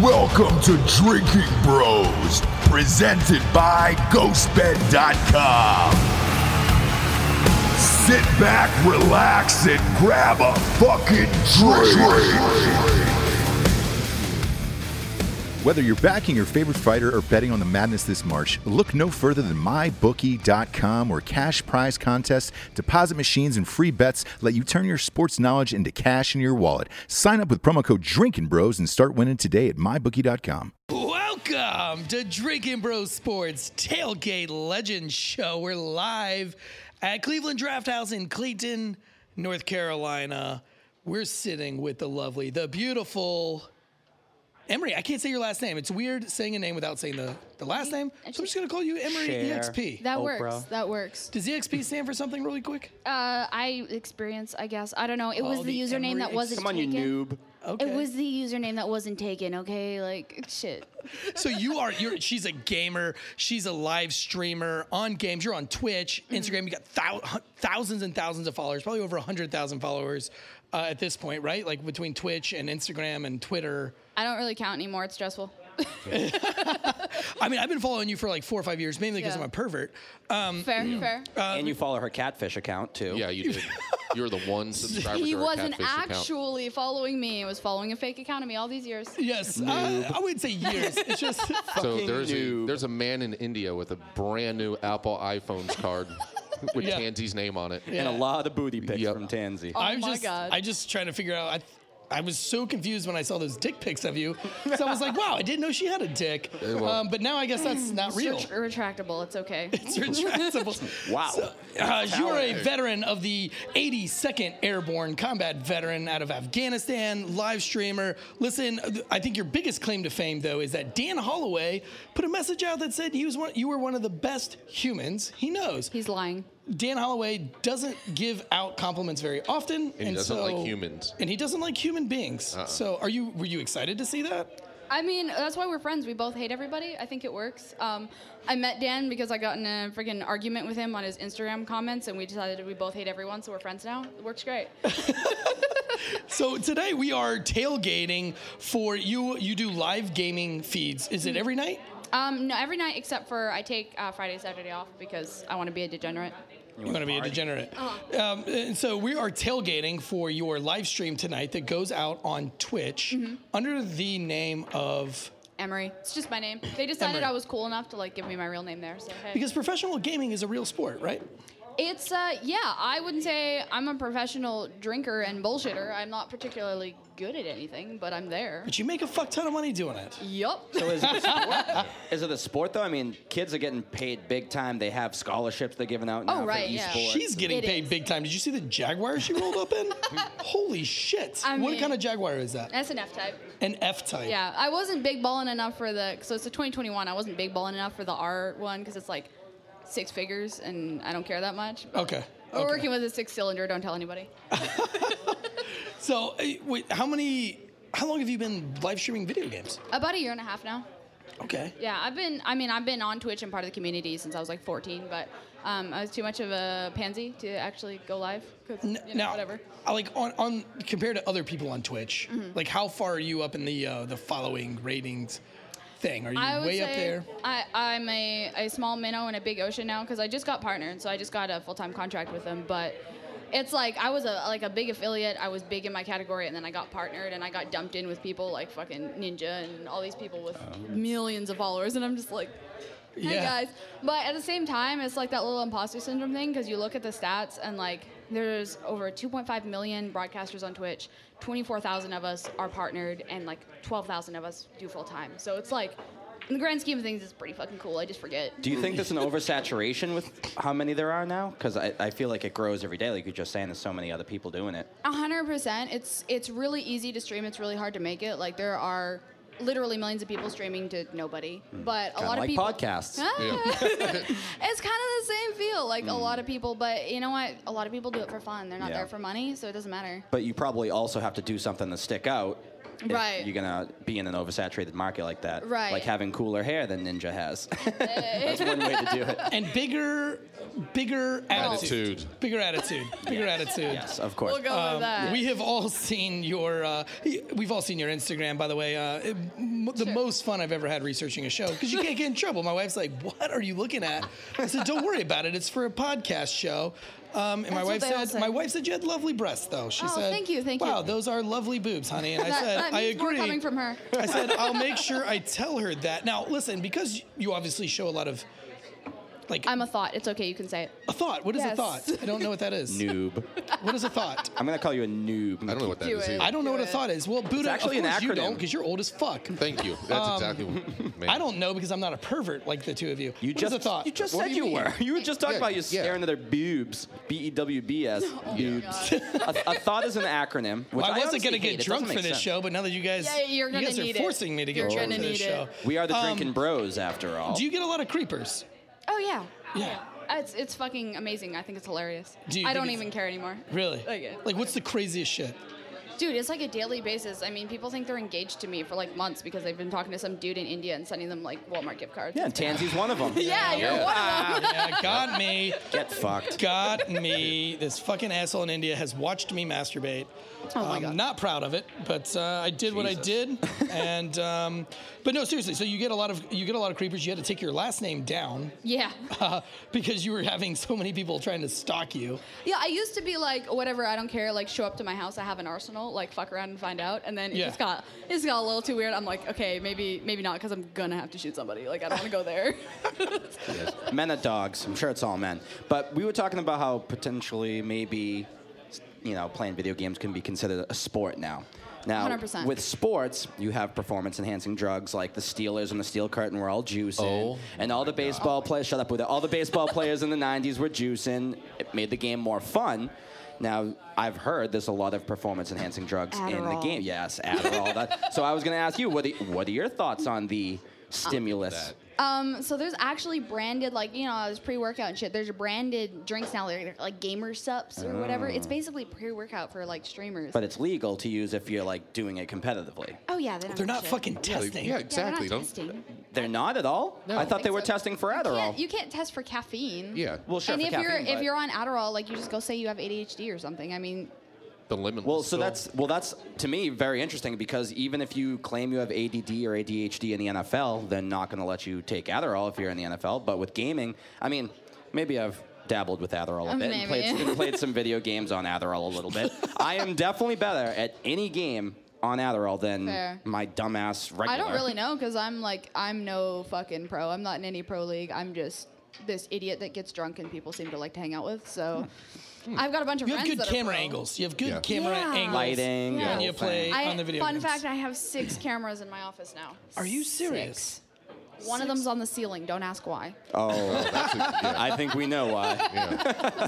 Welcome to Drinking Bros, presented by GhostBed.com. Sit back, relax, and grab a fucking drink. Whether you're backing your favorite fighter or betting on the madness this March, look no further than MyBookie.com, where cash prize contests, deposit machines, and free bets let you turn your sports knowledge into cash in your wallet. Sign up with promo code Drinking Bros and start winning today at MyBookie.com. Welcome to Drinking Bros Sports Tailgate Legends Show. We're live at Cleveland Draft House in Clayton, North Carolina. We're sitting with the lovely, the beautiful Emery. I can't say your last name. It's weird saying a name without saying the, the last name. So I'm just going to call you Emery Share. EXP. That Oprah. works. That works. Does EXP stand for something really quick? Uh, I experience, I guess. I don't know. It was Oh, the the username Emory that ex- wasn't Come on, you taken. noob. Okay. It was the username that wasn't taken. Okay, like shit. so you are you're she's a gamer she's a live streamer on games you're on twitch Mm-hmm. instagram you got thou- hu- thousands and thousands of followers probably over 100000 followers uh, at this point right like between twitch and instagram and twitter I don't really count anymore. It's stressful. i mean i've been following you for like four or five years mainly because Yeah. i'm a pervert um, Fair, fair. and you follow her catfish account too. Yeah, you did. you were the one subscriber he to her wasn't catfish account. actually following me. He was following a fake account of me all these years. yes uh, i wouldn't say years it's just Oh So there's a, noob. there's a man in India with a brand new Apple iPhones card with Yeah. Tansy's name on it. And a lot of booty pics Yep. from Tansy. Oh I'm my just, God. I just trying to figure out. I, I was so confused when I saw those dick pics of you. So I was like, wow, I didn't know she had a dick. well. Um, but now I guess that's not real. It's retractable. It's okay. It's retractable. Wow. Uh, you are a Coward. veteran of the 82nd Airborne Combat Veteran out of Afghanistan, live streamer. Listen, I think your biggest claim to fame, though, is that Dan Holloway put a message out that said he was one, you were one of the best humans he knows. He's lying. Dan Holloway doesn't give out compliments very often, and, doesn't so- like humans. Uh-uh. And he doesn't like human beings. So, are you were you excited to see that? I mean, that's why we're friends. We both hate everybody. I think it works. Um, I met Dan because I got in a freaking argument with him on his Instagram comments, and we decided we both hate everyone, so we're friends now. It works great. So today we are tailgating for you. You do live gaming feeds. Is it every night? Um, no, every night except for I take uh, Friday, Saturday off because I want to be a degenerate. You're going to be a degenerate. Uh-huh. Um, and so we are tailgating for your live stream tonight that goes out on Twitch Mm-hmm. under the name of Emery. It's just my name. They decided Emery. I was cool enough to like give me my real name there. So hey. because professional gaming is a real sport, right? it's uh yeah, I wouldn't say I'm a professional drinker and bullshitter. I'm not particularly good at anything, but I'm there. But you make a fuck ton of money doing it. Yup. So is it, a sport? is it a sport though? I mean, kids are getting paid big time. They have scholarships they're giving out. now for Oh, right, yeah. esports. She's getting It paid is. big time. Did you see the Jaguar she rolled up in? Holy shit. I what mean- kind of Jaguar is that? That's an F type. An F type. Yeah, I wasn't big balling enough for the. So it's a 2021. I wasn't big balling enough for the R one because it's like six figures, and I don't care that much. Okay. We're okay. working with a six cylinder. Don't tell anybody. So, uh, wait, how many, how long have you been live streaming video games? About a year and a half now. Okay. Yeah, I've been. I mean, I've been on Twitch and part of the community since I was like 14, but um, I was too much of a pansy to actually go live. 'cause, N- you know, now, whatever. Mm-hmm. I like on, on compared to other people on Twitch, like how far are you up in the uh, the following ratings thing? Are you I would way say up there? I, I'm a, a small minnow in a big ocean now because I just got partnered, so I just got a full time contract with them. But it's like I was a like a big affiliate. I was big in my category, and then I got partnered, and I got dumped in with people like fucking Ninja and all these people with Oh. millions of followers, and I'm just like. Hey Yeah. guys, but at the same time, it's like that little imposter syndrome thing because you look at the stats and like there's over 2.5 million broadcasters on Twitch, 24,000 of us are partnered, and like 12,000 of us do full time. So it's like, in the grand scheme of things, it's pretty fucking cool. I just forget. Do you think there's an oversaturation with how many there are now? Because I, I feel like it grows every day. Like you're just saying, there's so many other people doing it. A hundred percent. It's it's really easy to stream. It's really hard to make it. Like there are literally millions of people streaming to nobody, but a Hmm. Kinda lot of like people podcasts. Ah. Yeah. it's kind of the same feel. Like Mm. a lot of people, but you know what? A lot of people do it for fun. They're not Yeah. there for money, so it doesn't matter. But you probably also have to do something to stick out. if Right. you're gonna be in an oversaturated market like that. Right. Like having cooler hair than Ninja has. That's one way to do it. And bigger, bigger attitude. Attitude. Bigger attitude. Bigger attitude. Yes, of course. We'll go with that. Um, We have all seen your, uh, y- we've all seen your Instagram, by the way. Uh, it- m- the most fun I've ever had researching a show because you can't get in trouble. My wife's like, "What are you looking at?" I said, "Don't worry about it. It's for a podcast show." Um, and my That's what wife they all said, say. "My wife said you had lovely breasts, though." She Oh, said, thank you, thank you. Wow, those are lovely boobs, honey." And I That, said, that "I means more agree." coming from her. I said, I'll make sure I tell her that. Now, listen, because you obviously show a lot of, like, I'm a thought. It's okay. You can say it. a thought. What is a Yes. thought? I don't know what that is. noob. What is a thought? I'm gonna call you a noob. I don't know what that Do is it. either. I don't know Do what a it. thought is. Well, Buddha, actually of an course you acronym. don't, because you're old as fuck. Thank you. Um, That's exactly what man. I don't know because I'm not a pervert like the two of you. You What is just a thought? You just What said do you, you mean? were. You were just talking Yeah, about you yeah. staring at their boobs. B e w b s. Oh Boobs. a, a thought is an acronym. Which I wasn't honestly gonna hate. get It drunk doesn't for make this sense. show, but now that you guys, Yeah, you're you gonna guys are need it. forcing me to get You're drunk for gonna this need show. it. We are the Um, drinking bros, after all. Do you get a lot of creepers? Oh yeah. Yeah. Uh, It's it's fucking amazing. I think it's hilarious. Do you I think don't it's- even care anymore. Really? Like it. Like, what's the craziest shit? Dude, it's like a daily basis. I mean, people think they're engaged to me for like months because they've been talking to some dude in India and sending them like Walmart gift cards. yeah, and Tansy's one of them. Yeah, you're one of them. Yeah, got me. Get fucked. Got me. This fucking asshole in India has watched me masturbate. Oh my I'm God. not proud of it, but uh, I did what I Jesus. did. And um, but no, seriously. So you get a lot of you get a lot of creepers. You had to take your last name down Yeah. uh, because you were having so many people trying to stalk you. Yeah, I used to be like, whatever, I don't care, like show up to my house, I have an arsenal, like fuck around and find out. And then it Yeah. just got it just got a little too weird. I'm like, okay, maybe maybe not because I'm gonna have to shoot somebody. Like I don't wanna go there. men are dogs. I'm sure it's all men. But we were talking about how potentially maybe, you know, playing video games can be considered a sport now. Now, 100%. with sports, you have performance-enhancing drugs like the Steelers and the Steel Curtain were all juicing, Oh and all the baseball players. Shut up with it. All the baseball players in the '90s were juicing. It made the game more fun. Now, I've heard there's a lot of performance-enhancing drugs in the Adderall. game. Yes, Adderall. that. So I was going to ask you, what are, what are your thoughts on the stimulus? Um, so there's actually branded, like you know, there's pre-workout and shit. There's branded drinks now, like, they're like gamer sups or whatever. It's basically pre-workout for like streamers. Ah. But it's legal to use if you're like doing it competitively. oh yeah, they don't They're give a not shit. fucking Yeah, testing. Yeah, yeah, they're not exactly. don't. testing. They're not at all. I thought they think were so. testing for You Adderall. can't, you can't test for caffeine. Yeah. well, sure. and for if caffeine, you're if but- you're on Adderall, like you just go say you have ADHD or something. I mean, The lemon. well, so that's well, that's to me very interesting because even if you claim you have ADD or ADHD in the NFL, they're not going to let you take Adderall if you're in the NFL. But with gaming, I mean, maybe I've dabbled with Adderall a bit and played, Maybe. and played some video games on Adderall a little bit. I am definitely better at any game on Adderall than Fair. my dumbass regular. I don't really know because I'm like I'm no fucking pro. I'm not in any pro league. I'm just this idiot that gets drunk and people seem to like to hang out with. So I've got a bunch of Hmm. You have friends good that are camera pro. angles. You have good Yeah. camera Yeah. angles. Lighting, Yeah. When the you whole play thing. I, on the video fun games. fact: I have six cameras in my office now. Are you serious? Six. One of them's on the ceiling. Don't ask why. Oh, I think we know why.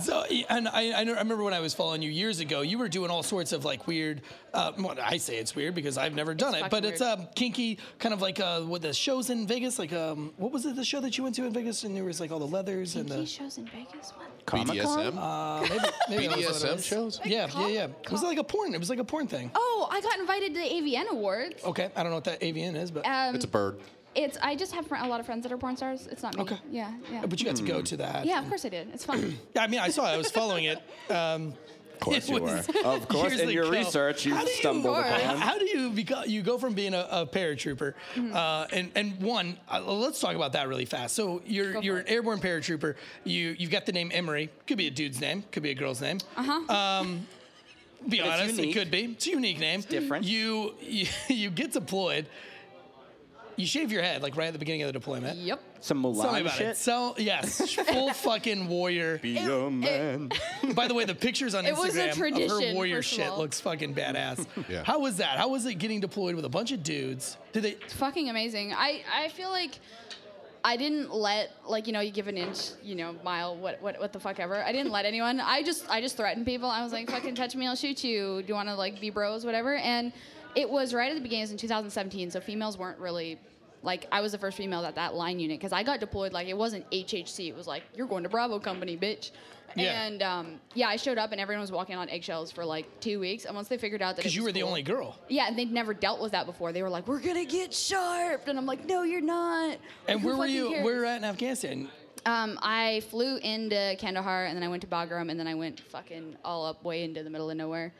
So, and I, I know- I remember when I was following you years ago, you were doing all sorts of like weird. Uh, well, I say it's weird because I've never done it, but fucking it's weird. um, kinky, kind of like uh, with the shows in Vegas. Like, um, what was it? The show that you went to in Vegas, and there was like all the leathers and He the shows in Vegas. What? BDSM. uh, maybe, maybe that was what it BDSM was. shows? Yeah, yeah, yeah. Cock- It was like a porn. It was like a porn thing. Oh, I got invited to the AVN Awards. Okay, I don't know what that AVN is, but Um, It's a bird. It's I just have fr- a lot of friends that are porn stars. It's not me. Okay. Uh, Yeah. Yeah. but you got to go to that. yeah. Of course I did. It's fun. I mean, I saw. it. I was following it. Um, Of course It you was were. Of course, years in your ago. research, you How do you stumbled work? upon. How do you beco- you go from being a, a paratrooper, uh, and and one uh, let's talk about that really fast. So you're you're an airborne paratrooper. You you've got the name Emery. Could be a dude's name. Could be a girl's name. Uh huh. Um, be honest, it unique. could be. It's a unique name. different. You, you you get deployed. You shave your head like right at the beginning of the deployment. yep. Some Mulan Tell me about shit. it. So yes, full fucking warrior. Be a man. By the way, the pictures on It was a Instagram of her tradition, warrior first of shit all. looks fucking badass. Yeah. How was that? How was it getting deployed with a bunch of dudes? Did they? fucking amazing. I, I feel like I didn't let like you know you give an inch you know mile what what what the fuck ever. I didn't let anyone. I just I just threatened people. I was like fucking touch me, I'll shoot you. Do you want to like be bros, whatever? And it was right at the beginning. It was in 2017, so females weren't really Like I was the first female at that line unit because I got deployed. Like it wasn't HHC. It was like you're going to Bravo Company, bitch. Yeah. And um, yeah, I showed up and everyone was walking on eggshells for like two weeks. And once they figured out that Because it you was were the cool- only girl. yeah, and they'd never dealt with that before. They were like, "We're gonna get sharped," and I'm like, "No, you're not." And Who where were fucking you? cares? Where were you at in Afghanistan? Um, I flew into Kandahar, and then I went to Bagram, and then I went fucking all up way into the middle of nowhere.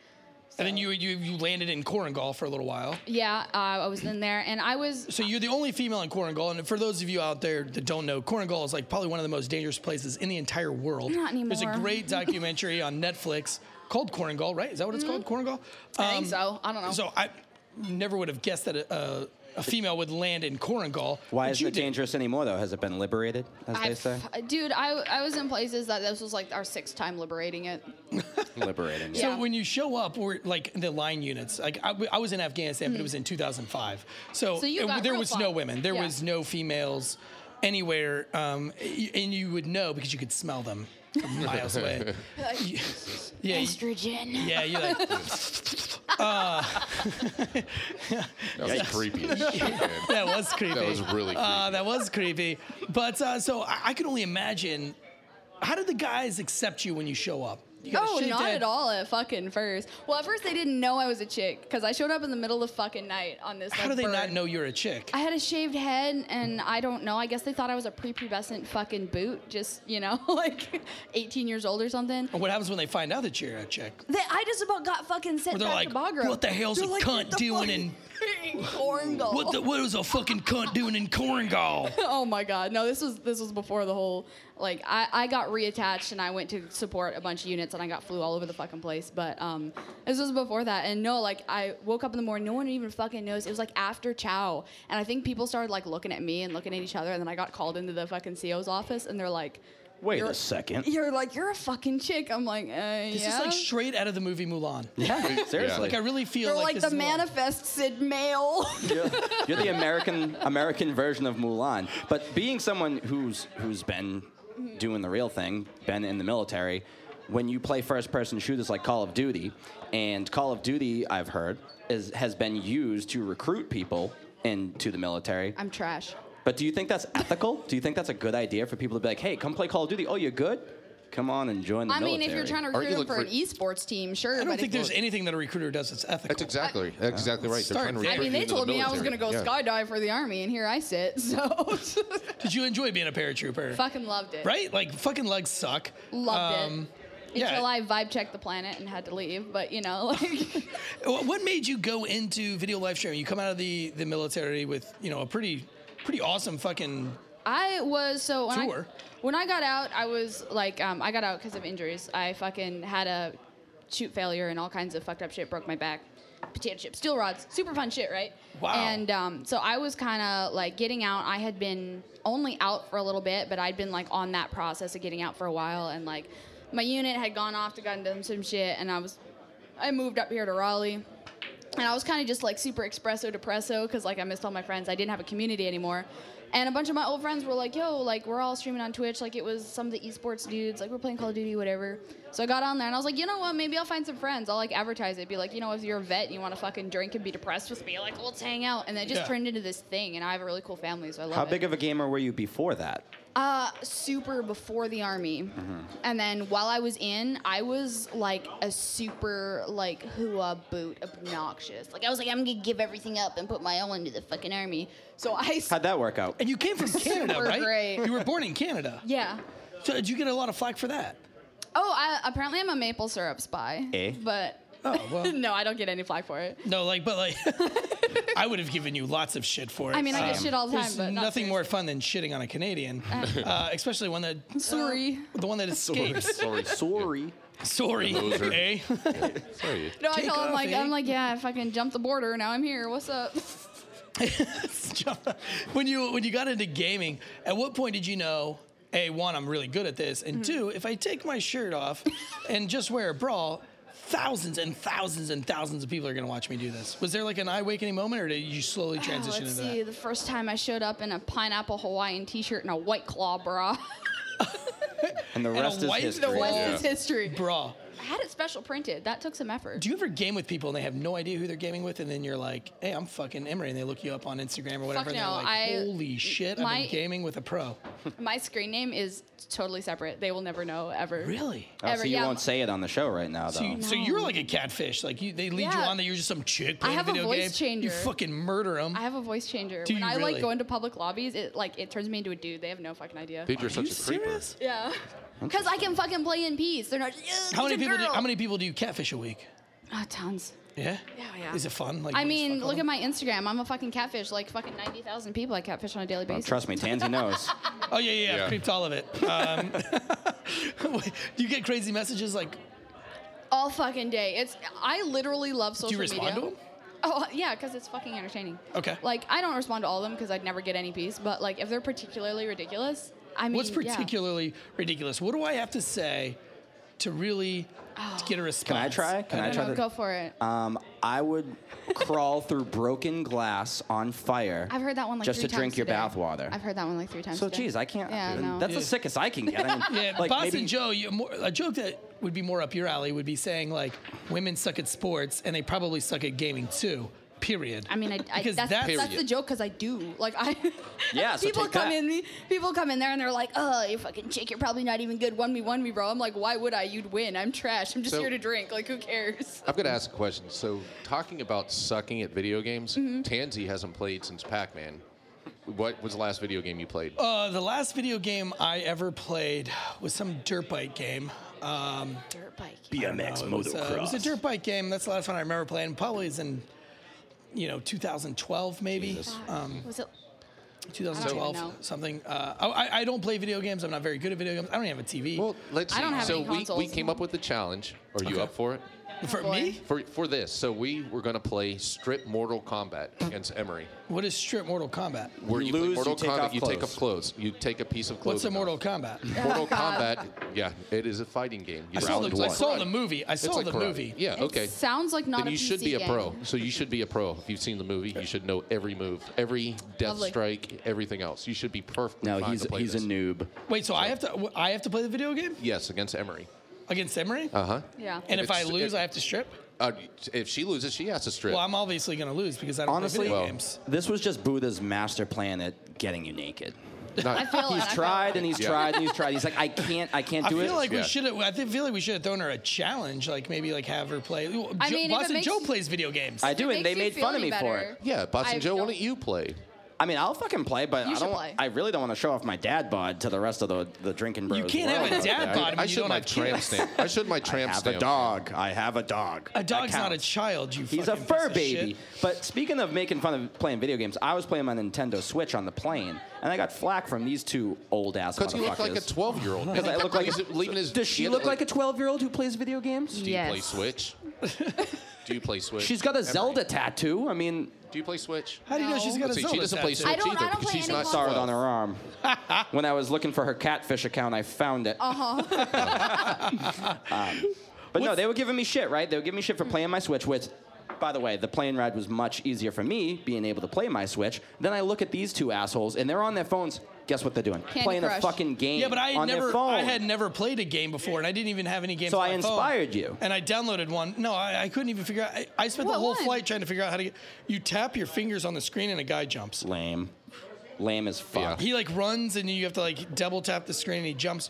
And then you you you landed in Korangal for a little while. Yeah, uh, I was in there, and I was So you're the only female in Korangal, and for those of you out there that don't know, Korangal is like probably one of the most dangerous places in the entire world. Not There's a anymore. great documentary on Netflix called Korangal, right? Is that what it's called, Korangal? Mm-hmm. I think so. I don't know. So I never would have guessed that a, a, a female would land in Korangal. Why but is you it did. dangerous anymore, though? Has it been liberated, as I they say? f- dude, I, I was in places that this was like our sixth time liberating it. liberating. Yeah. So when you show up, we're like the line units. Like I, I was in Afghanistan, but it was in 2005. So, Mm-hmm. So you it- got there real was far. no women. There Yeah. was no females anywhere, um, y- and you would know because you could smell them from miles away. You- yeah, you- Estrogen. yeah, you're like, That was creepy. as shit, man. that was creepy. That was really creepy. Uh, that was creepy. But uh, so I, I can only imagine. How did the guys accept you when you show up? You got a Oh, shaved not head. at all at fucking first. Well, at first they didn't know I was a chick because I showed up in the middle of fucking night on this. How do like, they not bird. know you're a chick? I had a shaved head, and I don't know. I guess they thought I was a prepubescent fucking boot, just you know, like 18 years old or something. And what happens when they find out that you're a chick? They, I just about got fucking sent Or they're like, back to Bagram. "What the hell's They're a like, cunt "What the doing fuck in- in Corngal?" What the, what was a fucking cunt doing in Corngal? oh my god, no! This was this was before the whole like I, I got reattached and I went to support a bunch of units and I got flew all over the fucking place. But um, this was before that, and no, like I woke up in the morning, no one even fucking knows. It was like after Chow, and I think people started like looking at me and looking at each other, and then I got called into the fucking CO's office, and they're like. Wait You're- a second. You're like you're a fucking chick. I'm like, uh, This yeah. is like straight out of the movie Mulan. Yeah, seriously. Like I really feel They're like, like, this the is Mulan. manifest said male. You're, you're the American American version of Mulan. But being someone who's who's been doing the real thing, been in the military, when you play first person shooters like Call of Duty, and Call of Duty, I've heard, is has been used to recruit people into the military. I'm trash. But do you think that's ethical? Do you think that's a good idea for people to be like, hey, come play Call of Duty? Oh, you're good? Come on and join the I military. mean, if you're trying to recruit Aren't you them for, looking an esports team, sure. I but don't think if- there's anything that a recruiter does that's ethical. That's exactly that's exactly right. They're Start trying to there. I recruit mean, you they into told the me I was gonna military. go Yeah. skydive for the army, and here I sit. So, Did you enjoy being a paratrooper? fucking loved it. Right? Like fucking legs suck. Loved Um, it. yeah. Until I vibe checked the planet and had to leave. But you know, like Wh- What made you go into video live streaming? You come out of the the military with you know a pretty pretty awesome fucking I was so when Tour. I when I got out, I was like, um, I got out because of injuries. I fucking had a shoot failure and all kinds of fucked up shit. Broke my back, potato chip, steel rods, super fun shit, right? Wow. And um, so I was kind of like getting out. I had been only out for a little bit, but I'd been like on that process of getting out for a while, and like my unit had gone off to Gundam some shit, and I was I moved up here to Raleigh. And I was kind of just like super espresso depresso because like I missed all my friends. I didn't have a community anymore. And a bunch of my old friends were like, yo, like we're all streaming on Twitch. Like it was some of the esports dudes. Like we're playing Call of Duty, whatever. So I got on there and I was like, you know what? Maybe I'll find some friends. I'll like advertise it. Be like, you know, if you're a vet and you want to fucking drink and be depressed with me, like let's hang out. And it just Yeah. turned into this thing. And I have a really cool family, so I love How it. big of a gamer were you before that? Uh, super before the army, and then while I was in, I was like a super like hua boot obnoxious. Like I was like, I'm gonna give everything up and put my all into the fucking army. So I s- How'd that work out? and you came from Canada, Super right? great. You were born in Canada. yeah. So did you get a lot of flack for that? Oh, I, apparently I'm a maple syrup spy. Eh? But Oh well. no, I don't get any flack for it. No, like, but like, I would have given you lots of shit for it. Um, I mean, I get shit all the time, there's but not nothing more fun than shitting on a Canadian, uh, especially one that Sorry. the one that escapes. Sorry, Sorry. Sorry, Loser. eh? sorry. No, I Take told off, him like eh? I'm like yeah, I fucking jumped the border. Now I'm here. What's up? when you when you got into gaming, at what point did you know? A one, I'm really good at this, Mm. and two, if I take my shirt off and just wear a bra, thousands and thousands and thousands of people are gonna watch me do this. Was there like an eye awakening moment, or did you slowly transition Oh, let's into see. that? The first time I showed up in a pineapple Hawaiian T-shirt and a white claw bra. And the a rest is white- history. the rest Yeah. is history. Bra. had it special printed. That took some effort. Do you ever game with people and they have no idea who they're gaming with, and then you're like, "Hey, I'm fucking Emery," and they look you up on Instagram or whatever, and they're no, like, I- "Holy shit, my- I've been gaming with a pro." My screen name is totally separate. They will never know ever. Really? Oh, Ever, so you yeah. won't say it on the show right now, though. So, you, so you're like a catfish. Like you, they lead you Yeah. on that you're just some chick playing have a video voice game. You changer. fucking murder them. I have a voice changer. Do when you I really? like go into public lobbies, it like it turns me into a dude. They have no fucking idea. Dude, you're such you a creeper. serious? yeah. Because I can fucking play in peace. They're not. "Ugh, How many it's a people? Do, girl." how many people do you catfish a week? Oh, tons. Yeah. Yeah, yeah. Is it fun? Like I you just mean, fuck look all at them? my Instagram. I'm a fucking catfish. Like fucking ninety thousand people I catfish on a daily basis. Trust me, Tansy knows. Oh yeah, yeah, yeah. Yeah. I've creeped all of it. Um, do you get crazy messages like? all fucking day. It's I literally love social Do you respond media. to them? Oh yeah, because it's fucking entertaining. Okay. Like I don't respond to all of them because I'd never get any piece. But like if they're particularly ridiculous, I mean, What's yeah. particularly ridiculous? What do I have to say to really Oh. to get a response? uh, try? Can I I try don't know, to- go for it. Um, I would crawl through broken glass on fire. I've heard that one like just three to drink times your today. bathwater. I've heard that one like three times. so, today. geez, I can't. Yeah, no. That's the sickest I can get. I mean, Yeah, like Boston maybe, Joe, you, more, a joke that would be more up your alley would be saying like, women suck at sports and they probably suck at gaming too. Period. I mean, I, I, Because that's, that's, that's- the joke because I do. Like I, Yeah, so people take come that. in, people come in there and they're like, "Oh, you fucking chick, you're probably not even good. One v one me, bro." I'm like, "Why would I? You'd win. I'm trash. I'm just So- here to drink. Like, who cares?" I've got to ask a question. So, talking about sucking at video games, Mm-hmm. Tansy hasn't played since Pac Man. What was the last video game you played? uh, the last video game I ever played was some dirt bike game. Um, Dirt bike. BMX It was, uh, it was a dirt bike game. That's the last one I remember playing. Probably is in, you know, 2012 maybe. Um, Was it? 2012 know. something. Uh, I- I, I don't play video games. I'm not very good at video games. I don't even have a TV. well, let's see. I don't have so any we, we consoles. came up with the challenge. Are you up for it? For Oh, boy. me, For for this, so we were going to play Strip Mortal Kombat against Emery, what is strip Mortal Kombat? where You you, play lose, Mortal you take Kombat, off you take clothes. off clothes, you take a piece of clothing. What's a off. Mortal Kombat? Mortal Kombat? Yeah, it is a fighting game. You I saw, round the, I one. saw the movie. I It's saw like the karate. movie. Uh, Yeah, okay. It sounds like not then a you should PC be a game. pro. So you should be a pro. If you've seen the movie, you should know every move, every death Lovely. strike, everything else. You should be perfect. No, he's to play he's this. a noob. Wait, so I have to w- I have to play the video game Yes, against Emery. against Emery? Uh huh. Yeah. and if I it's- lose, it- I have to strip. Uh, if she loses, she has to strip. Well, I'm obviously going to lose because I don't play Honestly, video Well- games. this was just Buddha's master plan at getting you naked. Not- I feel it. Oh, I He's feel tried it. and he's Yeah. tried and he's tried. He's like, I can't, I can't I do feel it. like we Yeah. should have. I thi- feel like we should have thrown her a challenge, like maybe like have her play. Well, I Jo- mean, if it Boston makes Joe you- plays video games. I do, It and they makes you made feel fun of any me for better. it. yeah, Boston I Joe, why don't- don't you play? I mean, I'll fucking play, but You I should don't. play. I really don't want to show off my dad bod to the rest of the the drinking bros. You can't have world a out dad there. bod. I mean, I you showed don't my have tramp kids. stamp. I showed my I tramp have stamp. a dog. I have a dog. A dog's That not a counts. child. You. He's a fucking piece fur of baby. shit. But speaking of making fun of playing video games, I was playing my Nintendo Switch on the plane, and I got flack from these two old ass Because motherfuckers. he looked like a 12 year old. Because I look like a- leaving his. Does she he had, look like a 12 year old who plays video games? Do you play Yes. Switch? Do you play Switch? She's got a Emery, Zelda tattoo. I mean, Do you play Switch? How do you know No. she's got a See, she Zelda doesn't play tattoo? Switch I don't- either. I don't because play she's any not star it 12. on her arm. when I was looking for her catfish account, I found it. Uh huh. But no, they were giving me shit, right? They were giving me shit for playing my Switch, which, by the way, the plane ride was much easier for me being able to play my Switch. Then I look at these two assholes, and they're on their phones. Guess what they're doing? Candy playing Crush. a fucking game Yeah, but I had on never, their phone. I had never played a game before, and I didn't even have any games. So on I my phone. inspired you. and I downloaded one. No, I, I couldn't even figure out. I, I spent the What whole one? flight trying to figure out how to get. You tap your fingers on the screen, and a guy jumps. Lame. Lame as fuck. He like runs, and you have to like double tap the screen, and he jumps.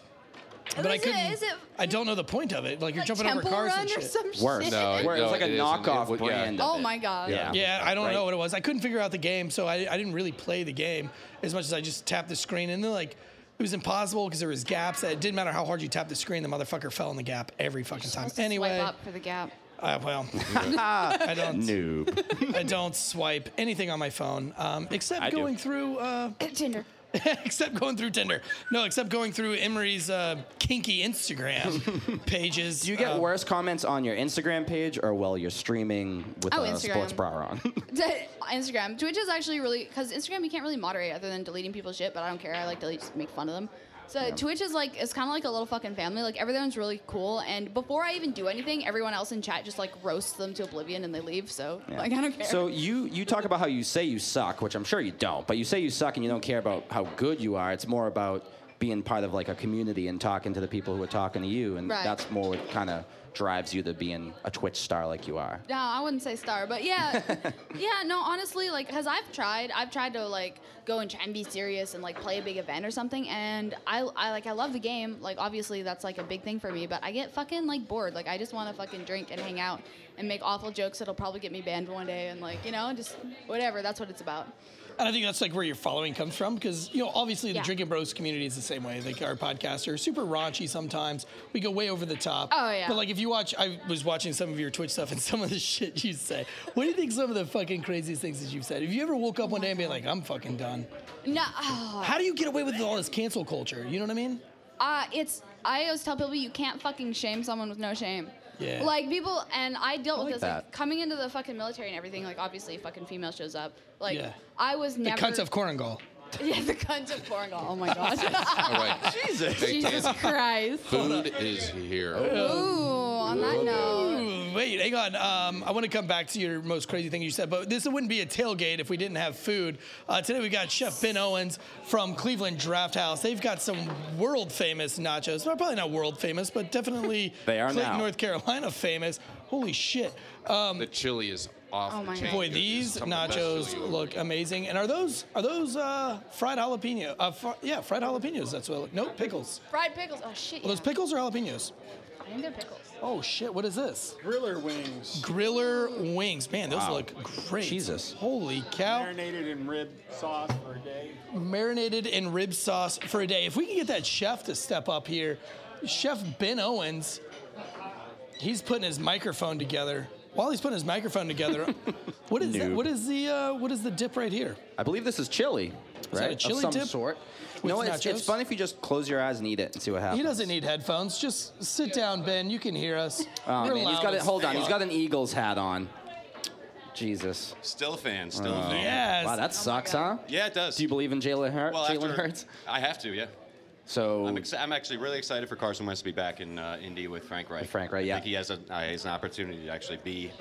But I is it- couldn't. is it- I don't know the point of it. Like you're Like jumping over Temple cars Run and or shit. some Worse. shit. No, Where it was no, like a it isn't. It knockoff would- yeah. brand. of Oh it. my god. Yeah. Yeah, I don't Right. know what it was. I couldn't figure out the game, so I, I didn't really play the game as much as I just tapped the screen. And then like it was impossible because there was gaps. It didn't matter how hard you tapped the screen, the motherfucker fell in the gap every fucking time. Let's just Anyway, Swipe up for the gap. uh, well, I don't Noob. I don't swipe anything on my phone um, except I do. going through uh, Tinder. except going through Tinder. No, except going through Emery's uh, kinky Instagram pages. Do you get um, worse comments on your Instagram page or while you're streaming with Oh, a Instagram. sports bra on? Instagram. Twitch is actually really because Instagram you can't really moderate other than deleting people's shit, but I don't care. I like to just make fun of them. So Twitch is like it's kind of like a little fucking family. Like everyone's really cool, and before I even do anything, everyone else in chat just like roasts them to oblivion and they leave. So Yeah. like I don't care. So you you talk about how you say you suck, which I'm sure you don't, but you say you suck and you don't care about how good you are. It's more about being part of like a community and talking to the people who are talking to you, and Right. that's more what kind of drives you to being a Twitch star like you are. No, I wouldn't say star, but yeah, yeah. No, honestly, like, cause I've tried, I've tried to like go and try and be serious and like play a big event or something, and I, I like, I love the game. Like, obviously, that's like a big thing for me, but I get fucking like bored. Like, I just want to fucking drink and hang out and make awful jokes that'll probably get me banned one day, and like, you know, just whatever. That's what it's about. And I think that's like where your following comes from because, you know, obviously the Yeah. Drinking Bros community is the same way. Like our podcasts are super raunchy sometimes. We go way over the top. Oh, yeah. But like if you watch, I was watching some of your Twitch stuff and some of the shit you say. What do you think some of the fucking craziest things that you've said? Have you ever woke up one day and be like, I'm fucking done? No, oh, How do you get away with all this cancel culture? You know what I mean? uh, it's. I always tell people you can't fucking shame someone with no shame. Yeah. Like people, and I dealt with like this that. like coming into the fucking military and everything. Like obviously, fucking female shows up. Like Yeah. I was The never cunts of Corngal. yeah, the cunts of Cornwall. Oh my god, All right. Jesus Christ. Food is here. Ooh, on that note, Ooh, Mm, Wait, hang on. Um, I want to come back to your most crazy thing you said, but this wouldn't be a tailgate if we didn't have food. Uh, today we got Chef Ben Owens from Cleveland Draft House. They've got some world famous nachos. Well, probably not world famous, but definitely They are Clayton, now. North Carolina famous. Holy shit! The chili is off Oh the my chain. God. Boy, dude. these Some of the best nachos chili you'll look ever eat. amazing. And are those are those uh, fried jalapeno? Uh, fr- yeah, fried jalapenos. That's what. I look. No pickles. fried pickles. Oh shit, Are those yeah. pickles or jalapenos? I didn't get pickles. Oh shit! What is this? Griller wings, Griller wings, man, those look great. Jesus. holy cow! marinated in rib sauce for a day. Marinated in rib sauce for a day. If we can get that chef to step up here, Chef Ben Owens, he's putting his microphone together. While he's putting his microphone together, what is that? Noob. What is the uh, what is the dip right here? I believe this is chili, right? that a chili of some dip sort. with no, it's, it's nachos? fun if you just close your eyes and eat it and see what happens. He doesn't need headphones. Just sit down, Ben. You can hear us. Oh, We're man, he's loud got it. as Hold on, he's fuck. got an Eagles hat on. Jesus. Still a fan. Still a fan. Yes. Oh Wow, that sucks, huh? Yeah, it does. Do you believe in Jalen Hur- Well, Jalen after- Hurts? I have to. Yeah. So I'm, ex- I'm actually really excited for Carson Wentz to be back in uh, Indy with Frank Reich. Frank Reich, yeah. I think he has, a, uh, he has an opportunity to actually be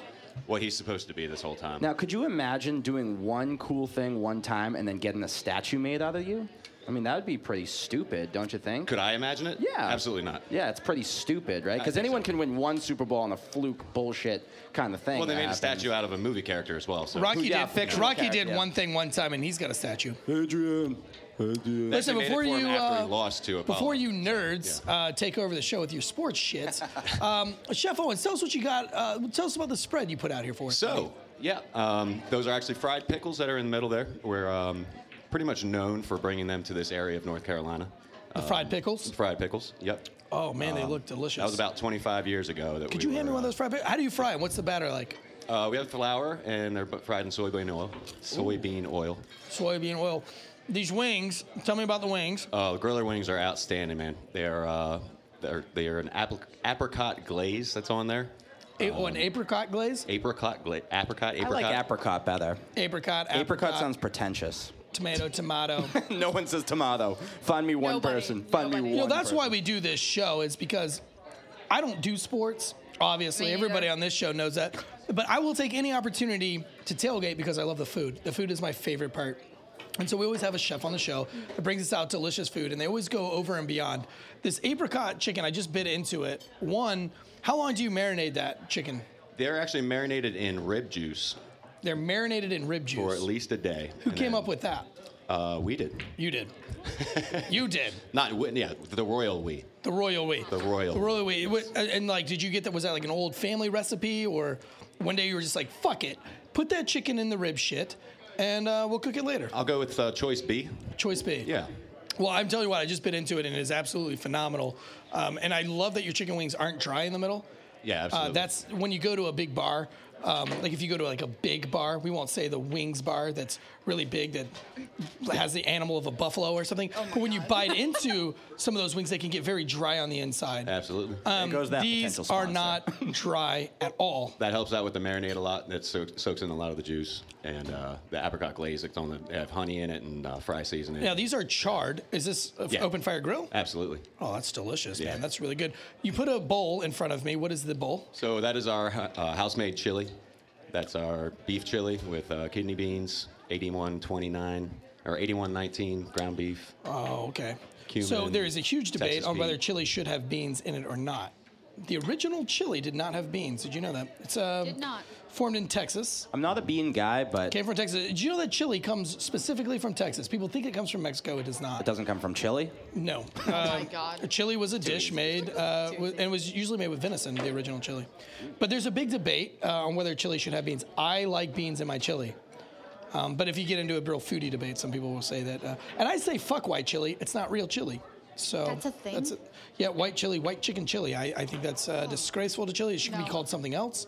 what he's supposed to be this whole time. now, could you imagine doing one cool thing one time and then getting a statue made out of you? I mean, that would be pretty stupid, don't you think? Could I imagine it? Yeah. Absolutely not. Yeah, it's pretty stupid, right? I Because think anyone so. can win one Super Bowl on a fluke bullshit kind of thing. Well, they that made a happens. statue out of a movie character as well. So Rocky Yeah, did. fictional Rocky did character. one thing one time, and he's got a statue. They Listen, actually made it before for him you after uh, he lost to Apollo. before you nerds yeah. uh, take over the show with your sports shits, um, Chef Owens, tell us what you got. Uh, tell us about the spread you put out here for us. So, yeah, um, those are actually fried pickles that are in the middle there. We're um, pretty much known for bringing them to this area of North Carolina. the fried pickles. Fried pickles. Yep. Oh man, they look delicious. um, That was about 25 years ago. That Could we you hand me were, one of those fried pickles? How do you fry them? What's the batter like? Uh, we have flour and they're bu- fried in soybean oil. Soybean oil. Soybean oil. These wings. Tell me about the wings. Uh, griller wings are outstanding, man. They're uh, they're they are an apple, apricot glaze that's on there. A- oh, an apricot glaze. Apricot glaze. Apricot. I Apricot. like apricot better. Apricot. Apricot, Apricot sounds pretentious. tomato. Tomato. no one says tomato. Find me one Nobody. person. Find me Nobody. one. You You know, that's person. why we do this show, is because I don't do sports. Obviously, Me everybody either. on this show knows that. But I will take any opportunity to tailgate because I love the food. The food is my favorite part. And so we always have a chef on the show that brings us out delicious food, and they always go over and beyond. This apricot chicken, I just bit into it. One, how long do you marinate that chicken? They're actually marinated in rib juice They're marinated in rib juice. for at least a day. Who came up with that? Uh, we did. You did. you did. Not we, yeah, the royal we. The royal we. The royal. The royal we. It wa- And like, did you get that? Was that like an old family recipe, or one day you were just like, "Fuck it, put that chicken in the rib shit, and uh, we'll cook it later." I'll go with uh, choice B. Choice B. Yeah. Well, I'm telling you what, I just bit into it, and it is absolutely phenomenal. Um, and I love that your chicken wings aren't dry in the middle. Yeah, Uh, absolutely. that's when you go to a big bar. Um, like if you go to like a big bar, we won't say the wings bar that's really big that has the animal of a buffalo or something. but when you bite into some of those wings, they can get very dry on the inside. absolutely. Um, goes that these potential are sponsor. not dry at all. that helps out with the marinade a lot. That soaks, soaks in a lot of the juice and uh, the apricot glaze. It's on the they have honey in it and uh, fry seasoning. Now these are charred. Is this a f- Yeah. open fire grill? absolutely. Oh, that's delicious, Yeah. man. That's really good. You put a bowl in front of me. What is the bowl? So that is our uh, house-made chili. That's our beef chili with uh, kidney beans, 8129 or 8119 ground beef. Oh, okay. cumin. So there is a huge debate Texas on whether beef. chili should have beans in it or not. The original chili did not have beans. Did you know that? It's uh, Did not. formed in Texas. I'm not a bean guy, but Came from Texas. Did you know that chili comes specifically from Texas? People think it comes from Mexico. It does not. it doesn't come from Chile. No. Oh my Um, God. Chili was a dish made, uh, wa- and was usually made with venison, the original chili. But there's a big debate uh, on whether chili should have beans. I like beans in my chili. Um, but if you get into a real foodie debate, some people will say that. Uh, and I say, fuck white chili. It's not real chili. So That's a thing? Oh. yeah, white chili, white chicken chili. I, I think that's uh, disgraceful to chili. It should No. be called something else.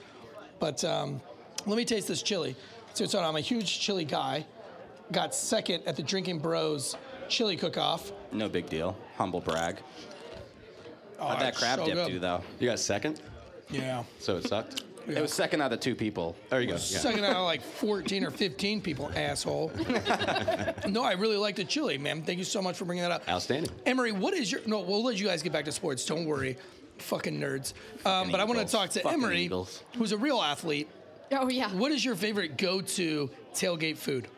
But um, let me taste this chili. So, so I'm a huge chili guy. Got second at the Drinking Bros Chili Cook-Off. No big deal. Humble brag. How'd that Oh, it's crab so dip good. do though? You got second, Yeah. so it sucked. It was second out of two people. There you go. Yeah. Sucking out of like 14 or 15 people, asshole. no, I really like the chili, man. Thank you so much for bringing that up. Outstanding. Emery, what is your. No, we'll let you guys get back to sports. Don't worry. Fucking nerds. Um, but I want to Eagles. talk to Fucking Emery, Eagles. who's a real athlete. Oh yeah. What is your favorite go to tailgate food?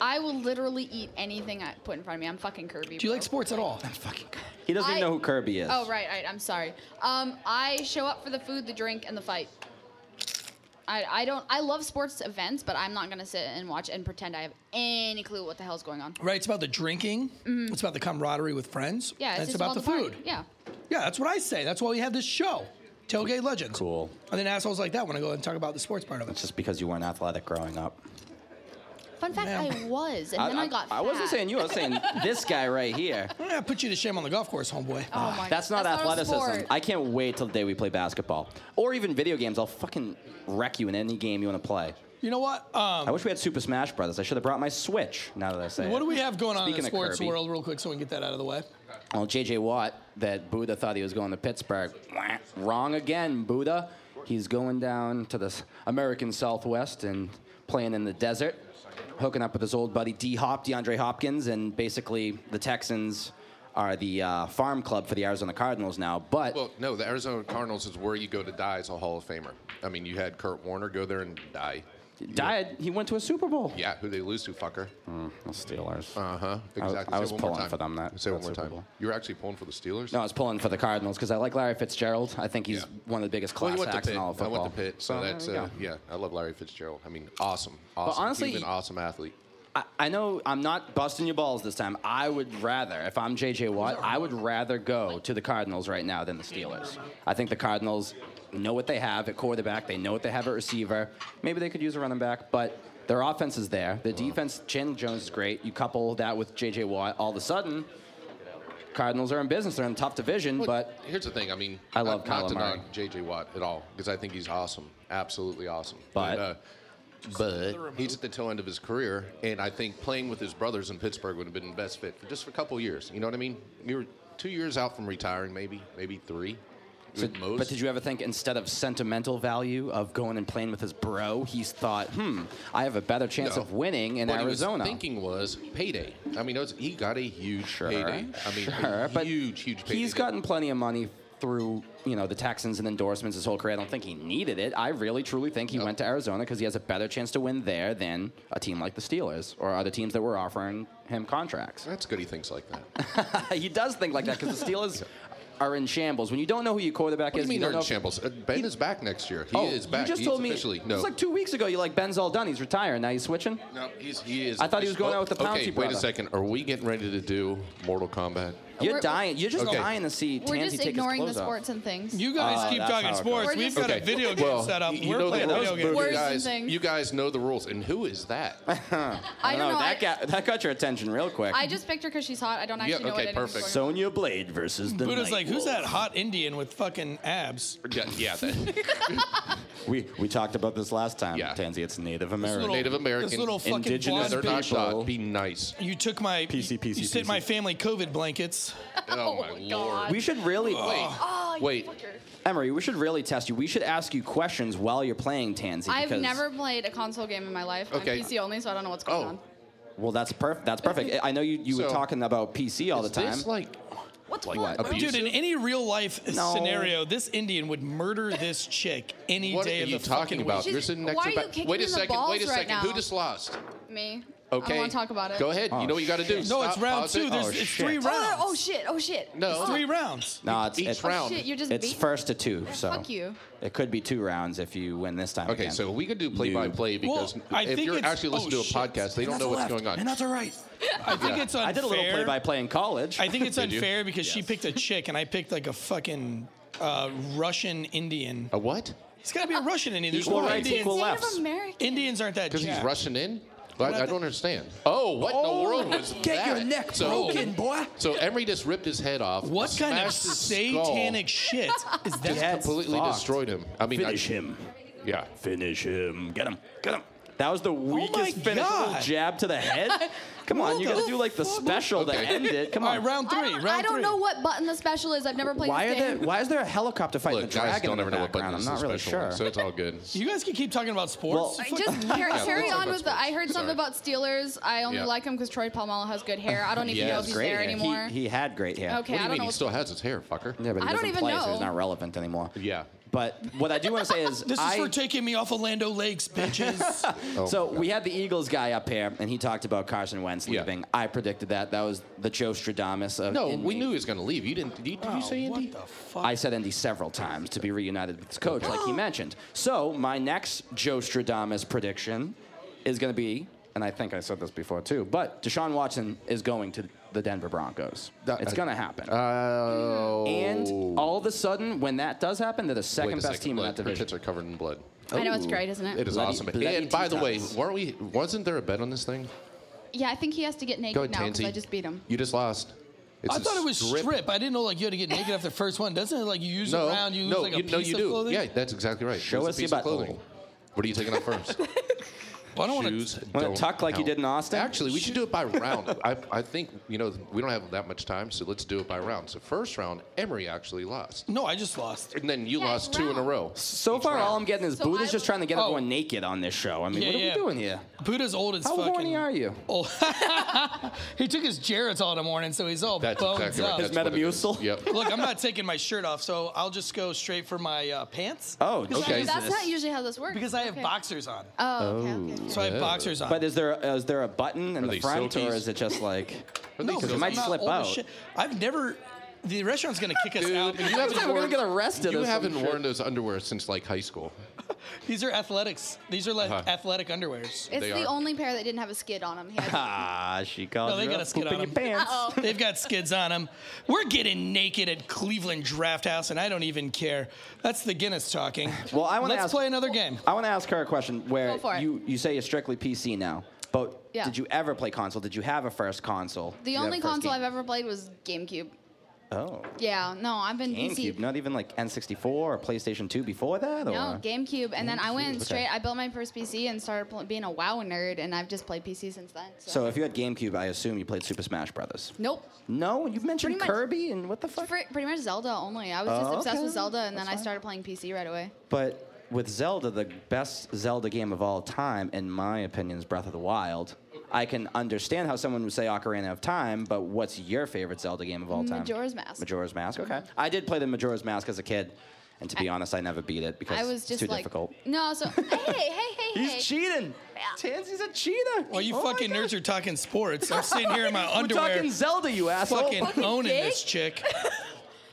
I will literally eat anything I put in front of me. I'm fucking Kirby. Do you bro. like sports at all? He doesn't even I- know who Kirby is. Oh right, right. I'm sorry. Um, I show up for the food, the drink, and the fight. I, I don't. I love sports events, but I'm not gonna sit and watch and pretend I have any clue what the hell's going on. Right, it's about the drinking. It's about the camaraderie with friends. Mm-hmm. Yeah, and it's, it's, just about the party. food. Yeah. Yeah, that's what I say. That's why we have this show, Tailgate Legends. Cool. And then assholes like that want to go and talk about the sports part of It's it. just because you weren't athletic growing up. Fun fact, Man. I was, and then I, got. I wasn't fat. saying you. I was saying this guy right here. I'm going to put you to shame on the golf course, homeboy. Oh my. That's not a athleticism. sport. I can't wait till the day we play basketball or even video games. I'll fucking wreck you in any game you want to play. You know what? Um, I wish we had Super Smash Brothers. I should have brought my Switch. Now that I say what it. do we have going on in Oh, Speaking the of sports Kirby. world, real quick, so we can get that out of the way? Well, J.J. Watt, that Buddha thought he was going to Pittsburgh. Wah, Wrong again, Buddha. He's going down to the s- American Southwest and playing in the desert, hooking up with his old buddy D. Hop, DeAndre Hopkins, and basically the Texans are the uh, farm club for the Arizona Cardinals now. But Well, no, the Arizona Cardinals is where you go to die as a Hall of Famer. I mean, you had Kurt Warner go there and die. died. He went to a Super Bowl. Yeah, who they lose to, fucker. The Steelers. Uh huh. Exactly. Mm. I was- I Say it was one more pulling time. for them that- Say that it one more Super time. Bowl. You were actually pulling for the Steelers. no, I was pulling for the Cardinals because I like Larry Fitzgerald. I think he's Yeah. one of the biggest Well, class he Oh, went to acts Pitt. in all of I football. went to Pitt, so there that's you uh, go. yeah. I love Larry Fitzgerald. I mean, awesome, awesome honestly- human, awesome athlete. I, I know I'm not busting your balls this time. I would rather, if I'm JJ Watt, I would rather go to the Cardinals right now than the Steelers. I think the Cardinals know what they have at quarterback. They know what they have at receiver. Maybe they could use a running back, but their offense is there. The defense, Chandler Jones is great. You couple that with JJ Watt, all of a sudden, Cardinals are in business. They're in a tough division, but here's the thing. I mean, I love not, Kyler not to Murray. knock J.J. Watt at all because I think he's awesome, absolutely awesome. uh, But- but he's at the tail end of his career, and I think playing with his brothers in Pittsburgh would have been the best fit for just for a couple years. You know what I mean? You were two years out from retiring, maybe, maybe three. So- at most. But did you ever think instead of sentimental value of going and playing with his bro, he's thought, hmm, I have a better chance No. of winning in what Arizona? He was thinking was payday. I mean, it was, he got a huge Sure, payday. I mean, sure, a but huge, huge payday. He's gotten plenty of money through you know the Texans and endorsements his whole career. I don't think he needed it. I really truly think he went to Arizona because he has a better chance to win there than a team like the Steelers or other teams that were offering him contracts. That's good. He thinks like that. he does think like that because the Steelers are in shambles. When you don't know who your quarterback What do is, you mean don't they're know in if- shambles? Uh, Ben is back next year. He oh, is back. You just he's told me officially no. It was like two weeks ago. You're like Ben's all done. He's retiring. Now he's switching. No, he's, he is. I thought he was going oh, out with the Pouncy Okay, wait brother. a second. Are we getting ready to do Mortal Kombat? You're We're- dying. You're just Okay. dying to see We're Tansy just take his ignoring the clothes off. sports and things. You guys Uh, keep that's how talking it goes. sports. We're We've just- got a video game set up. you- you We're know the playing rules, video games. Booty. Words You and guys, things. you guys know the rules. And who is that? I don't know. that I, got that got your attention real quick. I just picked her because she's hot. I don't actually know okay, what anything's perfect. going on. Sonya Blade versus the Buddha's Night like, who's Wolf." that hot Indian with fucking abs? yeah, yeah, that, We we talked about this last time, Yeah. Tansy. It's Native This American. little- Native American, This little fucking indigenous- they're blonde not bitch. shot. Be nice. You took my PC, PC, You sent PC. my family COVID blankets. Oh my lord. we should really Oh, you Wait. fucker. Emery. We should really test you. We should ask you questions while you're playing Tansy. I've because- never played a console game in my life. I'm Okay. PC only, so I don't know what's going Oh. on. Well, that's perfect. That's perfect. I know you, you were So- talking about PC all the Is time. this like What the Like fuck? what? bro? Dude, in any real life No. scenario, this Indian would murder this chick any what are day of you the fucking talking about? week. She's- You're sitting next why to are back- you kicking Wait a in the second. balls Wait a right second. now? Who just lost? Me. Okay. wanna talk about it. Go ahead. you know what you got to do. No, it's Stop, round pause two. it. There's Oh, it's shit. three Oh, no, rounds. oh shit! Oh shit! No. Fuck. Three rounds. No, it's, Each it's round. Shit, you're just It's beat- first to two, so fuck you. It could be two rounds if you win this time. Okay, again. so we could do play by play because I if think you're it's- actually listening oh, to a shit. podcast, they And don't that's know a what's left, going on. And that's a right. I think it's unfair. I did a little play by play in college. I think it's you? unfair because she picked a chick and I picked like a fucking uh, Russian Indian. a what? It's got to be a Russian Indian. There's Equal no rights, He's Indians. equal Native lefts. American. Indians aren't that. Because he's jacked. Russian in? But I, I don't understand. Oh, what in the world was Get your that? neck so, broken, boy. So Emery just ripped his head off. What kind of smashed his skull, satanic shit is that? Yes. Completely Fuck. destroyed him. I mean, Finish I, him. Yeah. Finish him. Get him. Get him. That was the weakest finish. A little God. jab to the head. Come on, you What gotta the do like the fuck? special to Okay. end it. Come All on. right, round I three. don't, round I don't three. know what button the special is. I've never played why are this there game. Why is there a helicopter fighting Look, the guys dragon don't in ever the know what button background? is I'm not the really special one, sure. so it's all good. You guys can keep talking about sports. Well, I Just carry, let's carry talk on about with the. I heard something about Steelers. I only Yeah. like him because Troy Palmalo has good hair. I don't even He know has if he's Great there hair. anymore. He, he had great hair. okay, what do I you don't mean? know. He what's- still has his hair, fucker. Yeah, but he I don't doesn't even play, so he's know. not relevant anymore. Yeah. But what I do want to say is, this is I, for taking me off Orlando Lakes, bitches. So we had the Eagles guy up here, and he talked about Carson Wentz Yeah. leaving. I predicted that. That was the Joe Stradamus of. No, we Indy. knew he was going to leave. You didn't. Did you, did you say Indy? I said Indy several times to be reunited with his coach, like he mentioned. So my next Joe Stradamus prediction is going to be, and I think I said this before too, but Deshaun Watson is going to the Denver Broncos. That- it's going to happen. Uh, Oh. and all of a sudden, when that does happen, they're the Wait a second best second, team in look, that her division. tits are covered in blood. I know it's great, isn't it? It is Bloody- awesome. bloody and by the way, teetops. weren't we? Wasn't there a bet on this thing? Yeah, I think he has to get naked Go ahead, now because Tansy. I just beat him. You just lost. It's I a thought it was strip. I didn't know like you had to get naked after the first one. Doesn't it like you use No, a round, you use no, like a you, piece no, you of do. clothing? Yeah, that's exactly right. Show There's us a piece your of butthole. clothing. What are you taking up first? Well, I don't want Shoes to. Wanna don't tuck like you count. did in Austin? Actually, we should do it by round. I, I think you know we don't have that much time, so let's do it by round. So first round, Emery actually lost, No, I just lost. and then you Yeah, lost it's two in a round. row. So far, all I'm getting is So Buddha's I just would- trying to get Oh. everyone naked on this show. I mean, Yeah, what are yeah. we doing here? Buddha's old as How fucking. horny are you? Oh, he took his Jarrett's all in the morning, so he's all That's bones exactly up. right. That's what it is. Metamucil? Yep. Look, I'm not taking my shirt off, so I'll just go straight for my uh, pants Oh, Okay. Jesus. That's not usually how this works. because I have Okay. boxers on. Oh, okay, okay, okay. so I have boxers on. But is there is there a button in they the front, silkies? or is it just like? no, because it might I'm not slip old as out. shit. I've never. The restaurant's gonna kick us Dude, out. you haven't We're gonna worn- get arrested. You or some haven't shit. worn those underwear since like high school. These are athletics. These are like Uh-huh. athletic underwears. It's They the are. only pair that didn't have a skid on them. He had- Ah, she called No, they you got a up, skid poop in on your them. pants. They've got skids on them. We're getting naked at Cleveland Draft House, and I don't even care. That's the Guinness talking. Well, I wanna let's ask- Oh play another game. I want to ask her a question. Where Go for it. you you say you're strictly PC now, but Yeah. did you ever play console? Did you have a first console? Did the you have only a first console I've game? ever played was GameCube. Oh. Yeah, no, I've been GameCube, PC. not even like N64 or PlayStation 2 before that, or No, GameCube, and then I went okay. straight. I built my first PC and started pl- being a WoW nerd, and I've just played PC since then. So, So if you had GameCube, I assume you played Super Smash Brothers. nope, No, you Pretty mentioned much- Kirby and what the fuck? Fr- pretty much Zelda only. I was just Oh, obsessed okay. with Zelda, and then That's I fine. started playing PC right away. But with Zelda, the best Zelda game of all time, in my opinion, is Breath of the Wild. I can understand how someone would say Ocarina of Time, but what's your favorite Zelda game of all time? Majora's Mask. Majora's Mask. Okay, I did play the Majora's Mask as a kid, and to be honest, I never beat it because I was it's just too like, difficult. no. So hey, hey, hey, hey. He's cheating. Tansy's a cheater. Well, you Oh my fucking God. nerds are talking sports. I'm sitting here in my We're underwear, talking Zelda, you asshole. fucking owning dick. this chick.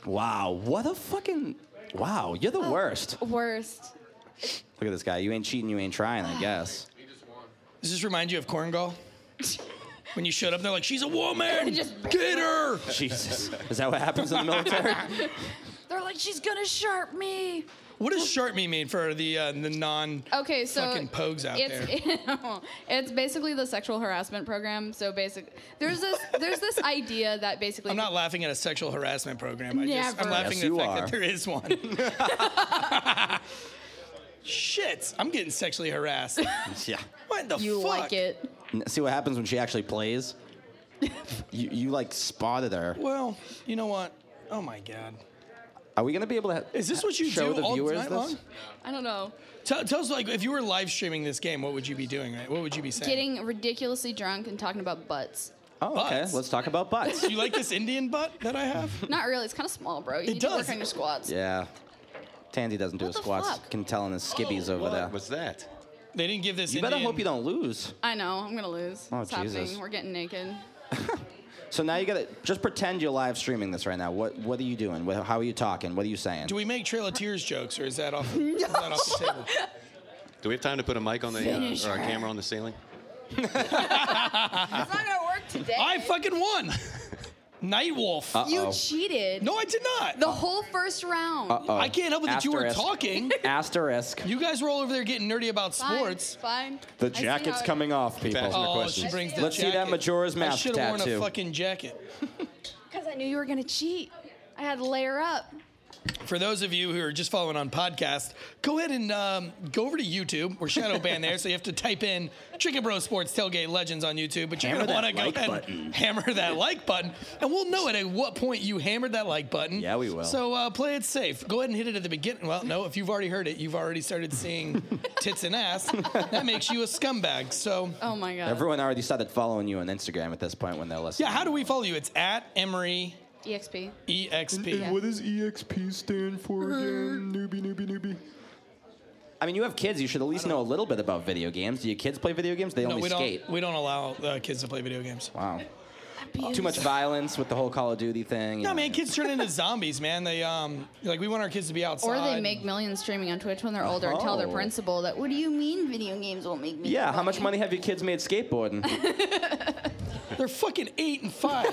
Wow, what a fucking. Wow, you're the Oh. worst. Worst. Look at this guy. You ain't cheating, you ain't trying, Oh. I guess. Does this remind you of Corngall? When you showed up, they're like, "She's a woman. Just- Get her." Jesus. Is that what happens in the military? They're like, she's gonna sharp me. What does sharp me mean for the uh, the non? Okay, so Fucking pogues out it's, it's basically the sexual harassment program. So basic, there's this there's this idea that basically I'm not laughing at a sexual harassment program. I just, I'm Never. laughing Yes, at the you fact are. that there is one. Shit, I'm getting sexually harassed. yeah. What the you fuck? like it. N- See what happens when she actually plays? you, you like spotted her. Well, you know what? Oh my god. Are we gonna be able to? ha- Is this what you show do the all viewers night this? long? I don't know. Tell, tell us, like, if you were live streaming this game, what would you be doing, right? What would you be saying? Getting ridiculously drunk and talking about butts. Oh, okay. Butts. Let's talk about butts. Do you like this Indian butt that I have? Not really. It's kind of small, bro. You need to does. work on your squats. yeah. Tansy doesn't do What his the squats. fuck? Oh, Can tell in his skibbies over What there. was that? They didn't give this. You better Indian- hope you don't lose. I know. I'm gonna lose. Oh, it's Jesus. happening. We're getting naked. So now you gotta just pretend you're live streaming this right now. What What are you doing? What, how are you talking? What are you saying? Do we make Trail of Tears jokes, or is that off? The, is that off the table? Do we have time to put a mic on the Finish uh, or a her. camera on the ceiling? It's not gonna work today. I fucking won. Nightwolf. you Uh-oh. cheated. no, I did not. The whole first round. Uh-oh. I can't help it that you were Asterisk. talking. Asterisk. You guys were all over there getting nerdy about Fine, sports. Fine. The jacket's coming off, people. Fasten your Oh, question. she brings the Let's see that jacket. Majora's I Mask should have worn a tattoo. fucking jacket. Because I knew you were gonna cheat. I had to layer up. For those of you who are just following on podcast, go ahead and um, go over to YouTube. We're shadow banned there, so you have to type in Chicken Bro Sports Tailgate Legends on YouTube. But you're Hammer gonna want to that go like ahead button. and hammer that like button, and we'll know at what point you hammered that like button. Yeah, we will. So uh, play it safe. Go ahead and hit it at the beginning. Well, no, if you've already heard it, you've already started seeing tits and ass. That makes you a scumbag. So. Oh my god. Everyone already started following you on Instagram at this point when they're listening. Yeah, how do we follow you? It's at Emery E EXP. EXP. what does EXP stand for again? Newbie, newbie, newbie. I mean, you have kids. You should at least know a little bit about video games. Do your kids play video games? They No, only we skate. don't. We don't allow uh, kids to play video games. Wow. Oh, Too much violence with the whole Call of Duty thing. you No, know. man, kids turn into zombies, man. They um, like we want our kids to be outside. Or they make millions streaming on Twitch when they're older and tell their Oh. principal that, what do you mean video games won't make me? Yeah, how much money have your kids made skateboarding? They're fucking eight and five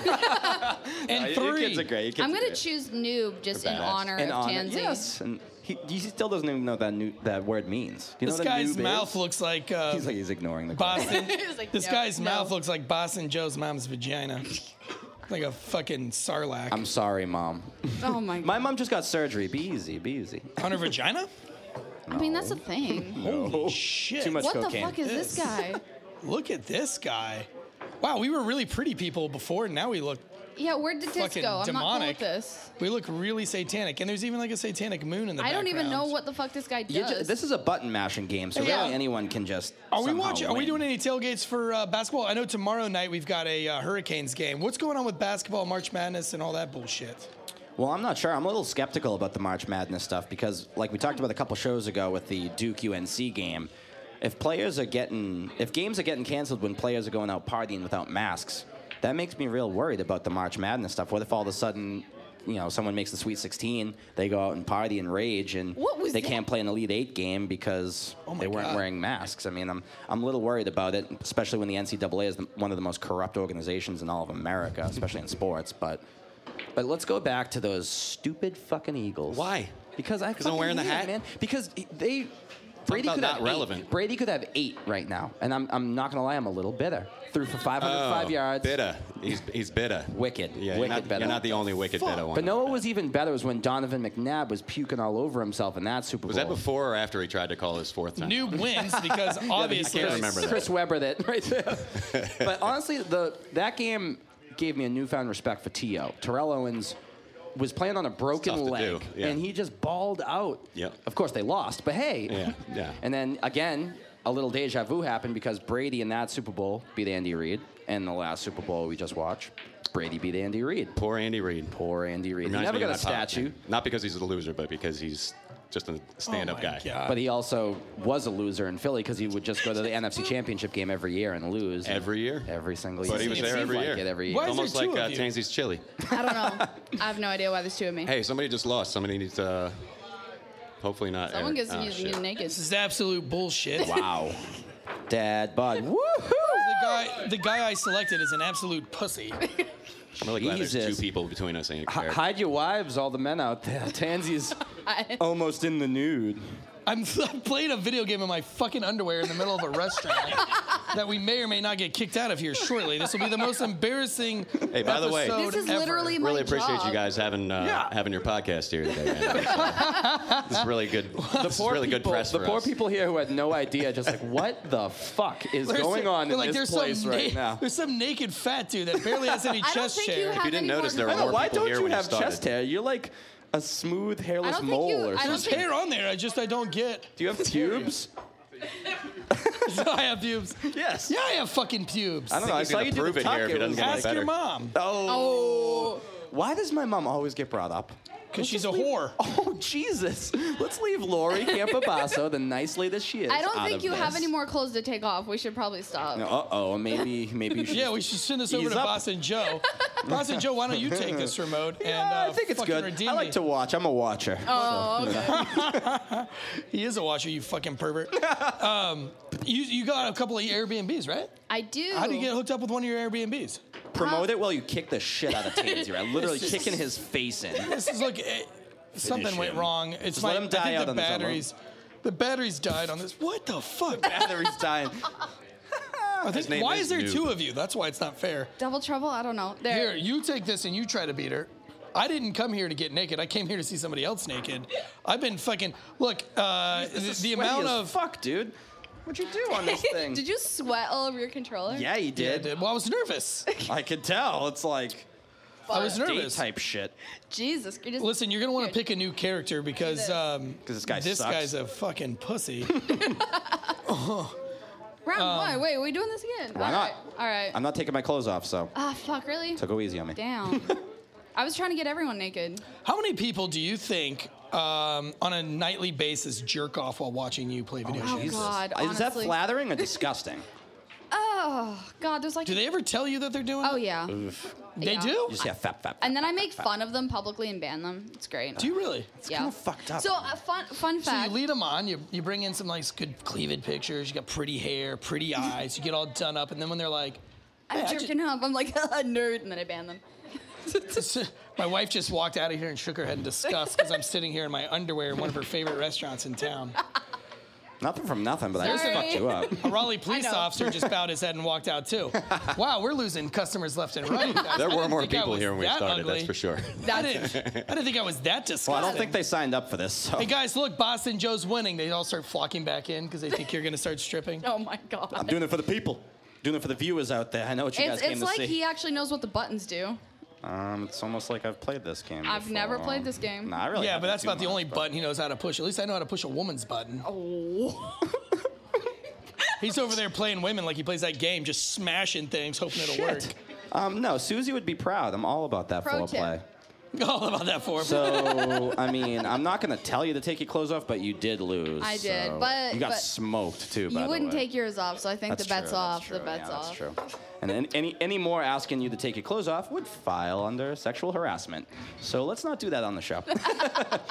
and Your three. kids are great. Your kids I'm are gonna great. choose noob just in Badass. honor And of on- Tansy. Yes. And he, he still doesn't even know that new, that word means. Do you know This what a guy's noob is? mouth looks like, uh, He's like he's ignoring the question. Boston. He's like, this no, guy's no. mouth looks like Boston Joe's mom's vagina, like a fucking sarlacc I'm sorry, mom. Oh my god. My mom just got surgery. Be easy. Be easy. on her vagina. I mean, that's a thing. Holy shit! Too much What the cocaine. fuck is this guy? Look at this guy. Wow, we were really pretty people before. and Now we look Yeah, where did tits fucking go? I'm not cool demonic. with this. We look really satanic, and there's even like a satanic moon in the. I don't even know background. what the fuck this guy does. You ju- this is a button mashing game, so Yeah. really anyone can just. Are we somehow watching? Are we win. doing any tailgates for uh, basketball? I know tomorrow night we've got a uh, Hurricanes game. What's going on with basketball, March Madness, and all that bullshit? Well, I'm not sure. I'm a little skeptical about the March Madness stuff because, like we talked about a couple shows ago with the Duke UNC game, if players are getting, if games are getting canceled when players are going out partying without masks, that makes me real worried about the March Madness stuff. What if all of a sudden, you know, someone makes the Sweet 16, they go out and party and rage, and What was they that? Oh can't play an Elite Eight game because my they weren't God. wearing masks? I mean, I'm I'm a little worried about it, especially when the NCAA is the, one of the most corrupt organizations in all of America, especially in sports, but. But let's go back to those stupid fucking Eagles. Why? Because I. 'Cause I'm fucking wearing the hate it, hat? man. Because e, they. Brady about could not have Eight. relevant. Brady could have eight right now, and I'm, I'm not gonna lie, I'm a little bitter. Threw for 505 Oh, yards. Bitter. He's he's bitter. Wicked. Yeah, you're Wicked not, bitter. You're not the only wicked bitter one. But no, what was even better was when Donovan McNabb was puking all over himself in that Super Bowl. Was that before or after he tried to call his fourth time? Noob wins because obviously. can't remember that. Chris Webber that right there. but honestly, the that game gave me a newfound respect for T.O. Terrell Owens was playing on a broken tough to leg, do, yeah. and he just balled out. Yep. Of course, they lost, but hey. Yeah, yeah. And then again, a little deja vu happened because Brady in that Super Bowl beat Andy Reid, and the last Super Bowl we just watched, Brady beat Andy Reid. Poor Andy Reid. Poor Andy Reid. He Reminds never me of got a my pop statue. thing. Not because he's a loser, but because he's just a stand-up Oh guy. But he also was a loser in Philly because he would just go to the NFC Championship game every year and lose. Every year? Every single year. But he was It there seemed every like year. it every year. Why is Almost there two like uh, of you? Tansy's chili. I don't know. I have no idea why there's two of me. Hey, somebody just lost. Somebody needs to. Uh, hopefully not. Someone Eric. gets oh, to Ah, use shit. you naked. This is absolute bullshit. Wow. Dad bod. Woohoo! The guy, the guy I selected is an absolute pussy. I'm really glad there's Jesus. two people between us and Eric. H- hide your wives, all the men out there. Tansy's almost in the nude. I'm, I'm playing a video game in my fucking underwear in the middle of a restaurant that we may or may not get kicked out of here shortly. This will be the most embarrassing. Hey, by the way- episode This is ever. literally my really appreciate job. you guys having uh, Yeah. having your podcast here today. man. this is really good. this is really people, good press the for poor us. people here who had no idea, just like, what the fuck is There's going a- on in like, this there's place some right na- now? There's some naked fat dude that barely has any I don't chest think hair. you have you didn't any notice, there more were than- more Why people don't here you when have started. chest hair? You're like a smooth, hairless don't think mole you- or I don't There's something. think- hair on there. I just I don't get. Do you have pubes? So I have pubes. Yes. Yeah, I have fucking pubes. I don't know. I he's saw gonna you do prove the it here tuck. if he It doesn't was get like- Ask better. your mom. Oh, Oh. Why does my mom always get brought up? because she's a whore. Oh Jesus! Let's leave Lori Campobasso, the nice lady that she is. I don't out think of you have this. any more clothes to take off. We should probably stop. Uh oh, maybe maybe you should. Yeah, we should send this over He's to up. Boston Joe. Boston Joe, why don't you take this remote and Yeah, uh, I think it's fucking good. redeem I me? like to watch. I'm a watcher. Oh, okay. He is a washer, you fucking pervert. um, you you got a couple of Airbnbs, right? I do. How do you get hooked up with one of your Airbnbs? Promote it while you kick the shit out of Tansy. Right, literally kicking his face in. This is like eh, something went him. wrong. It's Just my let him die I think out the on this one, batteries. The batteries died on this. What the fuck? Battery's dying. I think- name why is is there Noob. two of you? That's why it's not fair. Double trouble? I don't know. There. Here, you take this and you try to beat her. I didn't come here to get naked. I came here to see somebody else naked. I've been fucking look. Uh, the, the Sweaty amount as of fuck, dude. What'd you do on this thing? Did you sweat all over your controller? Yeah, you Yeah, I did. did. Well, I was nervous. I could tell. It's like I was date nervous. type shit. Jesus. you just- Listen, you're gonna want to pick a new character because um, 'Cause this guy this sucks. guy's a fucking pussy. Round um, one. Wait, we doing this again? Why All not? right. All right. I'm not taking my clothes off, so Ah, fuck, really? so go easy on me. Damn. I was trying to get everyone naked. How many people do you think um, on a nightly basis jerk off while watching you play video Oh, games? God. Is that honestly. flattering or disgusting? Oh, God. There's like. Do they ever tell you that they're doing? oh, it? yeah. They Yeah. do. You just yeah, fap fap. And then I make fun of them publicly and ban them. It's great. do you really? yeah. kinda fucked up. So, a fun, fun So fact. you lead them on. You, you bring in some nice good cleavage pictures. You got pretty hair, pretty eyes. You get all done up, and then when they're like, I'm "Hey, I jerking up. I'm like, a nerd. And then I ban them. just- my wife just walked out of here and shook her head in disgust because I'm sitting here in my underwear in one of her favorite restaurants in town. Nothing from nothing, but I just Sorry. fucked you up. A Raleigh police know. officer just bowed his head and walked out too. Wow, we're losing customers left and right. guys. I There were didn't more think I people was here when we that started, ugly. that's for sure. I didn't, I didn't think I was that disgusting. Well, I don't think they signed up for this. So. Hey guys, look, Boston Joe's winning. They all start flocking back in because they think you're gonna start stripping. Oh, my God. I'm doing it for the people. Doing it for the viewers out there. I know what you it's guys came it's to like see. he actually knows what the buttons do. um, it's almost like I've played this game. I've before. never played this game. No, I really. Yeah, but haven't that's too about the much, only but- button he knows how to push. At least I know how to push a woman's button. Oh. He's over there playing women like he plays that game, just smashing things, hoping it'll Shit. Um, no, Susie would be proud. I'm all about that Pro tip. foreplay. work. All about that for him. So, I mean, I'm not gonna tell you to take your clothes off, but you did lose. I did, so- but- you got but smoked too. by You the wouldn't way. take yours off, so I think the true, bet's off. true, The bet's yeah, off. That's true. And then any any more asking you to take your clothes off would file under sexual harassment. So let's not do that on the show.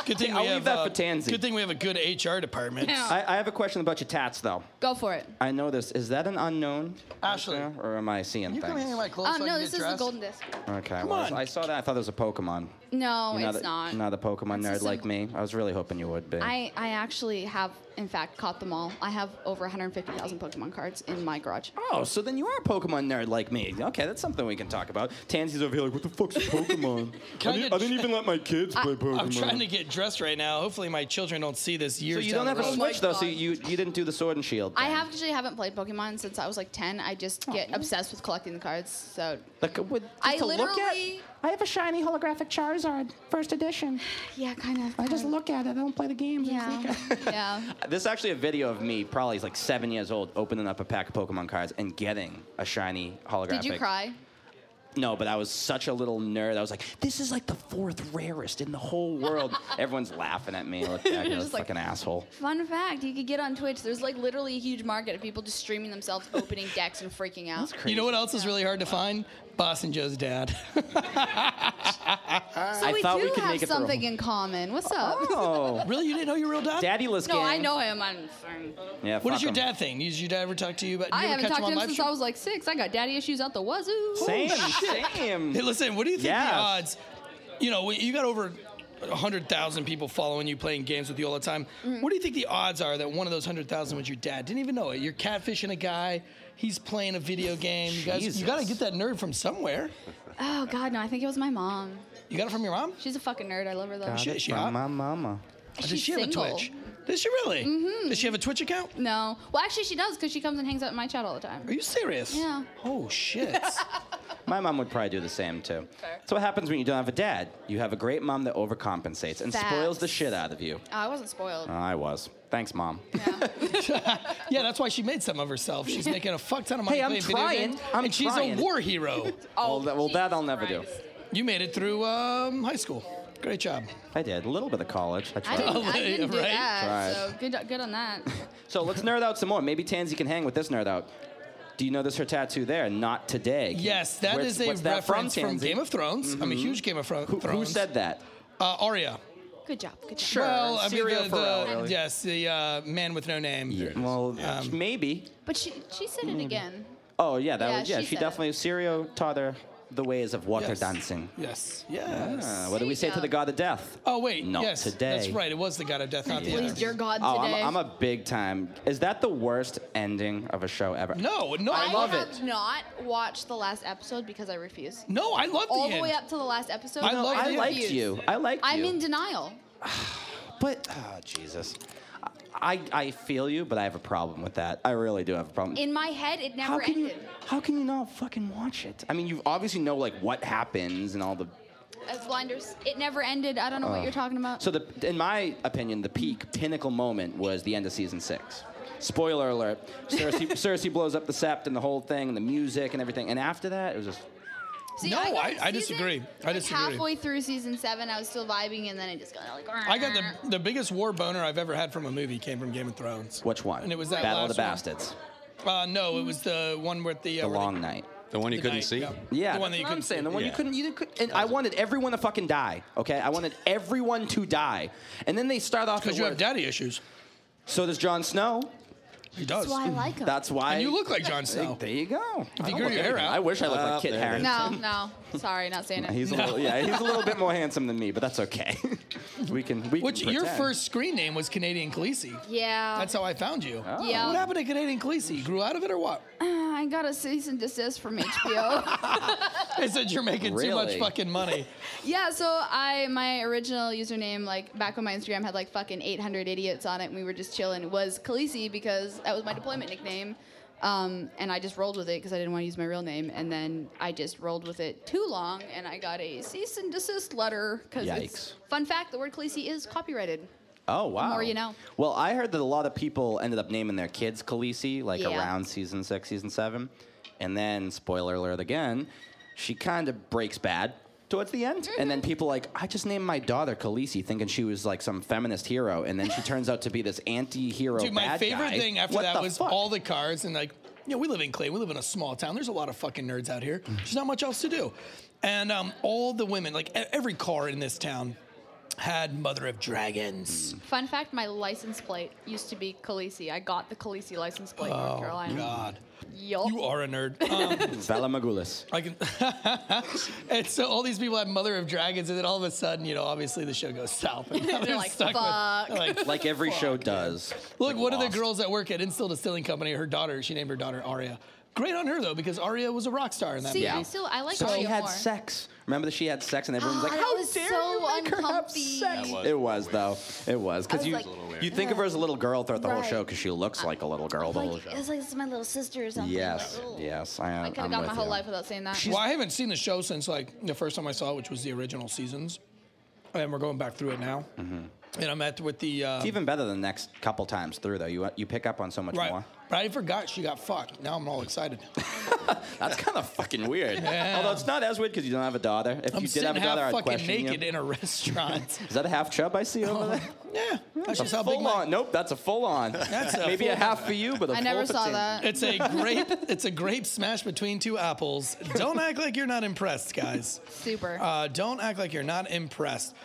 good thing we I'll leave have, that uh, for Tansy. Good thing we have a good HR department. Yeah. I, I have a question about your tats, though. Go for it. I know this. Is that an unknown, Ashley, Yeah, or am I seeing you come things? hang my clothes. Oh so I no, can this get is the dressed? golden disc. okay, Come well, I- on. I saw that. I thought it was a Pokemon. No, You're Oh, it's a- not. You're not a Pokemon It's nerd just like a- me. I was really hoping you would be. I, I actually have in fact caught them all. I have over 150,000 Pokemon cards in my garage. Oh, so then you are a Pokemon nerd like me. Okay, that's something we can talk about. Tansy's over here like, what the fuck's a Pokemon? Can I I, didn't- get- I didn't even let my kids play Pokemon. I'm trying to get dressed right now. Hopefully, my children don't see this year. So you don't have a Oh my Switch though. So God. you you didn't do the Sword and Shield. I thing. have actually haven't played Pokemon since I was like 10. I just get obsessed with collecting the cards. So Like, what, just I to look at? literally- I have a shiny holographic Charizard, first edition. yeah, kind of. I just look at it. I don't play the games. I just Yeah, look at it. yeah. This is actually a video of me, probably like seven years old, opening up a pack of Pokemon cards and getting a shiny holographic. Did you cry? No, but I was such a little nerd. I was like, this is like the fourth rarest in the whole world. Everyone's laughing at me. Like, yeah, I was just like- like an asshole. Fun fact: You could get on Twitch. There's like literally a huge market of people just streaming themselves opening decks and freaking out. You know what else is really hard to find? Boston Joe's dad. So I we thought do we could have make it through. something in common. What's up? Oh, really, you didn't know your real dad? Daddy List No, gang. I know him. I'm sorry. Yeah, What fuck is your 'em. dad thing? Does your dad ever talk to you about? I you ever haven't catch talked to on him live since stream? I was like six. I got daddy issues out the wazoo. Same, same. Hey, listen, what do you think the Yeah. odds? You know, you got over 100,000 people following you, playing games with you all the time. Mm-hmm. What do you think the odds are that one of those 100,000 was your dad? Didn't even know it. You're catfishing a guy. He's playing a video game. You guys, you Jesus. got to get that nerd from somewhere. Oh God, no! I think it was my mom. You got it from your mom? She's a fucking nerd. I love her though. Got Shit, it she from hot? my mama. Or She's Does she have a single. Twitch? Does she really? Mm-hmm. Does she have a Twitch account? No, well actually she does because she comes and hangs out in my chat all the Are time. you serious? Yeah. Oh, shit. My mom would probably do the same too. So what happens when you don't have a dad? You have a great mom that overcompensates and spoils the Facts. shit out of you. Oh, I wasn't spoiled. I was. Thanks, mom. yeah, that's why she made some of herself. She's making a fuck ton of money Hey, I'm playing video trying. games. I'm and she's trying. Oh, a war hero. well, that, well, that I'll never do. You made it through um, high school. Great job. I did a little bit of college. I I tried. didn't, I didn't do Right? that. Right. So good, good on that. So let's nerd out some more. Maybe Tansy can hang with this nerd out. Do you notice her tattoo there? Not today. Can- Yes, that where's- is a what's that reference from, Tansy? Mm-hmm. Game of Thrones. I'm a huge Game of Fro- Who, Thrones. who said that? Uh, Arya. Good job. Good job. Sure. Well, uh, I mean, Serial the, the- Pharrell, really. yes, the uh, man with no name. Well, Um, maybe. But she she said Mm. it again. Oh yeah, that Yeah, was yeah. she She said definitely Sirio taught her the ways of water Yes. dancing. Yes. Yes. Ah, what do we say to Sirio. the god of death? Oh wait, Not yes, that's today. right. It was the God of Death, not the Please, other. dear God, Oh, I'm, today. I'm a big time. Is that the worst ending of a show ever? No, no, I, I love have it. not watched the last episode because I refuse. No, I love All the, the end. way up to the last episode. I love I you. liked refuse. you. I liked I'm you. in denial. But oh, Jesus, I I feel you, but I have a problem with that. I really do have a problem. In my head, it never how can you ended. How can you not fucking watch it? I mean, you obviously know like what happens and all the. As blinders, it never ended. I don't Uh. know what you're talking about. So the in my opinion, the peak pinnacle moment was the end of season six. Spoiler alert: Cersei, Cersei blows up the sept and the whole thing, and the music and everything. And after that, it was just See, No, got I- to I season- disagree. I like, disagree. Halfway through season seven, I was still vibing, and then it just got like. I got the the biggest war boner I've ever had from a movie came from Game of Thrones. which one? And it was that Battle of last the one. Bastards, Uh, no, it was the one with the, uh, the where they- long night. The one you the couldn't night, see? yeah. Yeah, the one that that's you what I'm couldn't saying. The one you Yeah. couldn't, you could, and I wanted everyone to fucking die. Okay, I wanted everyone to die, and then they start off because with you have where- daddy issues. So does Jon Snow. He does. That's why I like him. That's why. and you look like Jon There- Snow. There you go. I you don't Uh, grew look your hair anything. out. I wish I looked Ah, like Kit there it is. Harington. No, no. Sorry, not saying it. He's a little, yeah, he's a little bit more handsome than me, but that's okay. we can, we Which can your pretend. first screen name was Canadian Khaleesi. yeah. That's how I found you. Oh. Yeah. What happened to Canadian Khaleesi? You grew out of it or what? I got a cease and desist from HBO. They said you're making too much Really? fucking money. yeah, so I my original username, like back when my Instagram had like fucking 800 idiots on it, and we were just chilling, was Khaleesi because that was my deployment nickname. Um, and I just rolled with it because I didn't want to use my real name, and then I just rolled with it too long, and I got a cease and desist letter because Yikes. it's fun fact: the word Khaleesi is copyrighted. Oh wow. more you know. Well, I heard that a lot of people ended up naming their kids Khaleesi, like Yeah. around season six, season seven, and then spoiler alert again, she kind of breaks bad towards the end, and Mm-hmm. then people like, I just named my daughter Khaleesi, thinking she was like some feminist hero, and then she turns out to be this anti-hero. Dude, my bad favorite guy. thing after What that the was fuck? all the cards and like, you know, we live in Clay, we live in a small town. There's a lot of fucking nerds out here. There's not much else to do. And um, all the women, like e- every car in this town had Mother of Dragons. Fun fact: my license plate used to be Khaleesi. I got the Khaleesi license plate, in Oh, North Carolina. God. Yup. You are a nerd. Um, Bella Magulis. I can. and so all these people had Mother of Dragons, and then all of a sudden, you know, obviously the show goes south. And now They're like, with- "Fuck." they're like, Like every show does. Look, Like one of Lost. the girls that work at Instill Distilling Company, her daughter, she named her daughter Aria. Great on her though, because Aria was a rock star in that. See, movie. I still I like So she Aria had more. sex. Remember that she had sex, and everyone's like, Ah, that "How was dare so you make her have uncomfy. sex?" That was It was though. It I was because was you like, It was a little you think of her as a little girl throughout the whole Right. show because she looks like a little girl the whole Like, show. it's like it's my little sister or something. Yes, Like, ugh. yes, I am. I could I'm have gone with my whole you. life without saying that. Well, I haven't seen the show since like the first time I saw it, which was the original seasons, and we're going back through it now. Mm-hmm. And I'm at with the uh, It's even better the next couple times through though. You you pick up on so much right, more. but I forgot she got fucked. Now I'm all excited. That's kind of fucking weird. Although it's not as weird because you don't have a daughter. If I'm you did sitting have a daughter, half I'd fucking question naked you. in Oh, a restaurant. Is that a half chub I see over there? yeah, that's just how big full my, on. Nope, that's a full on. That's a maybe a full-on. half for you, but a I full never for saw Tim. that. It's a grape. it's a grape smash between two apples. Don't act like you're not impressed, guys. Super. Uh, don't act like you're not impressed.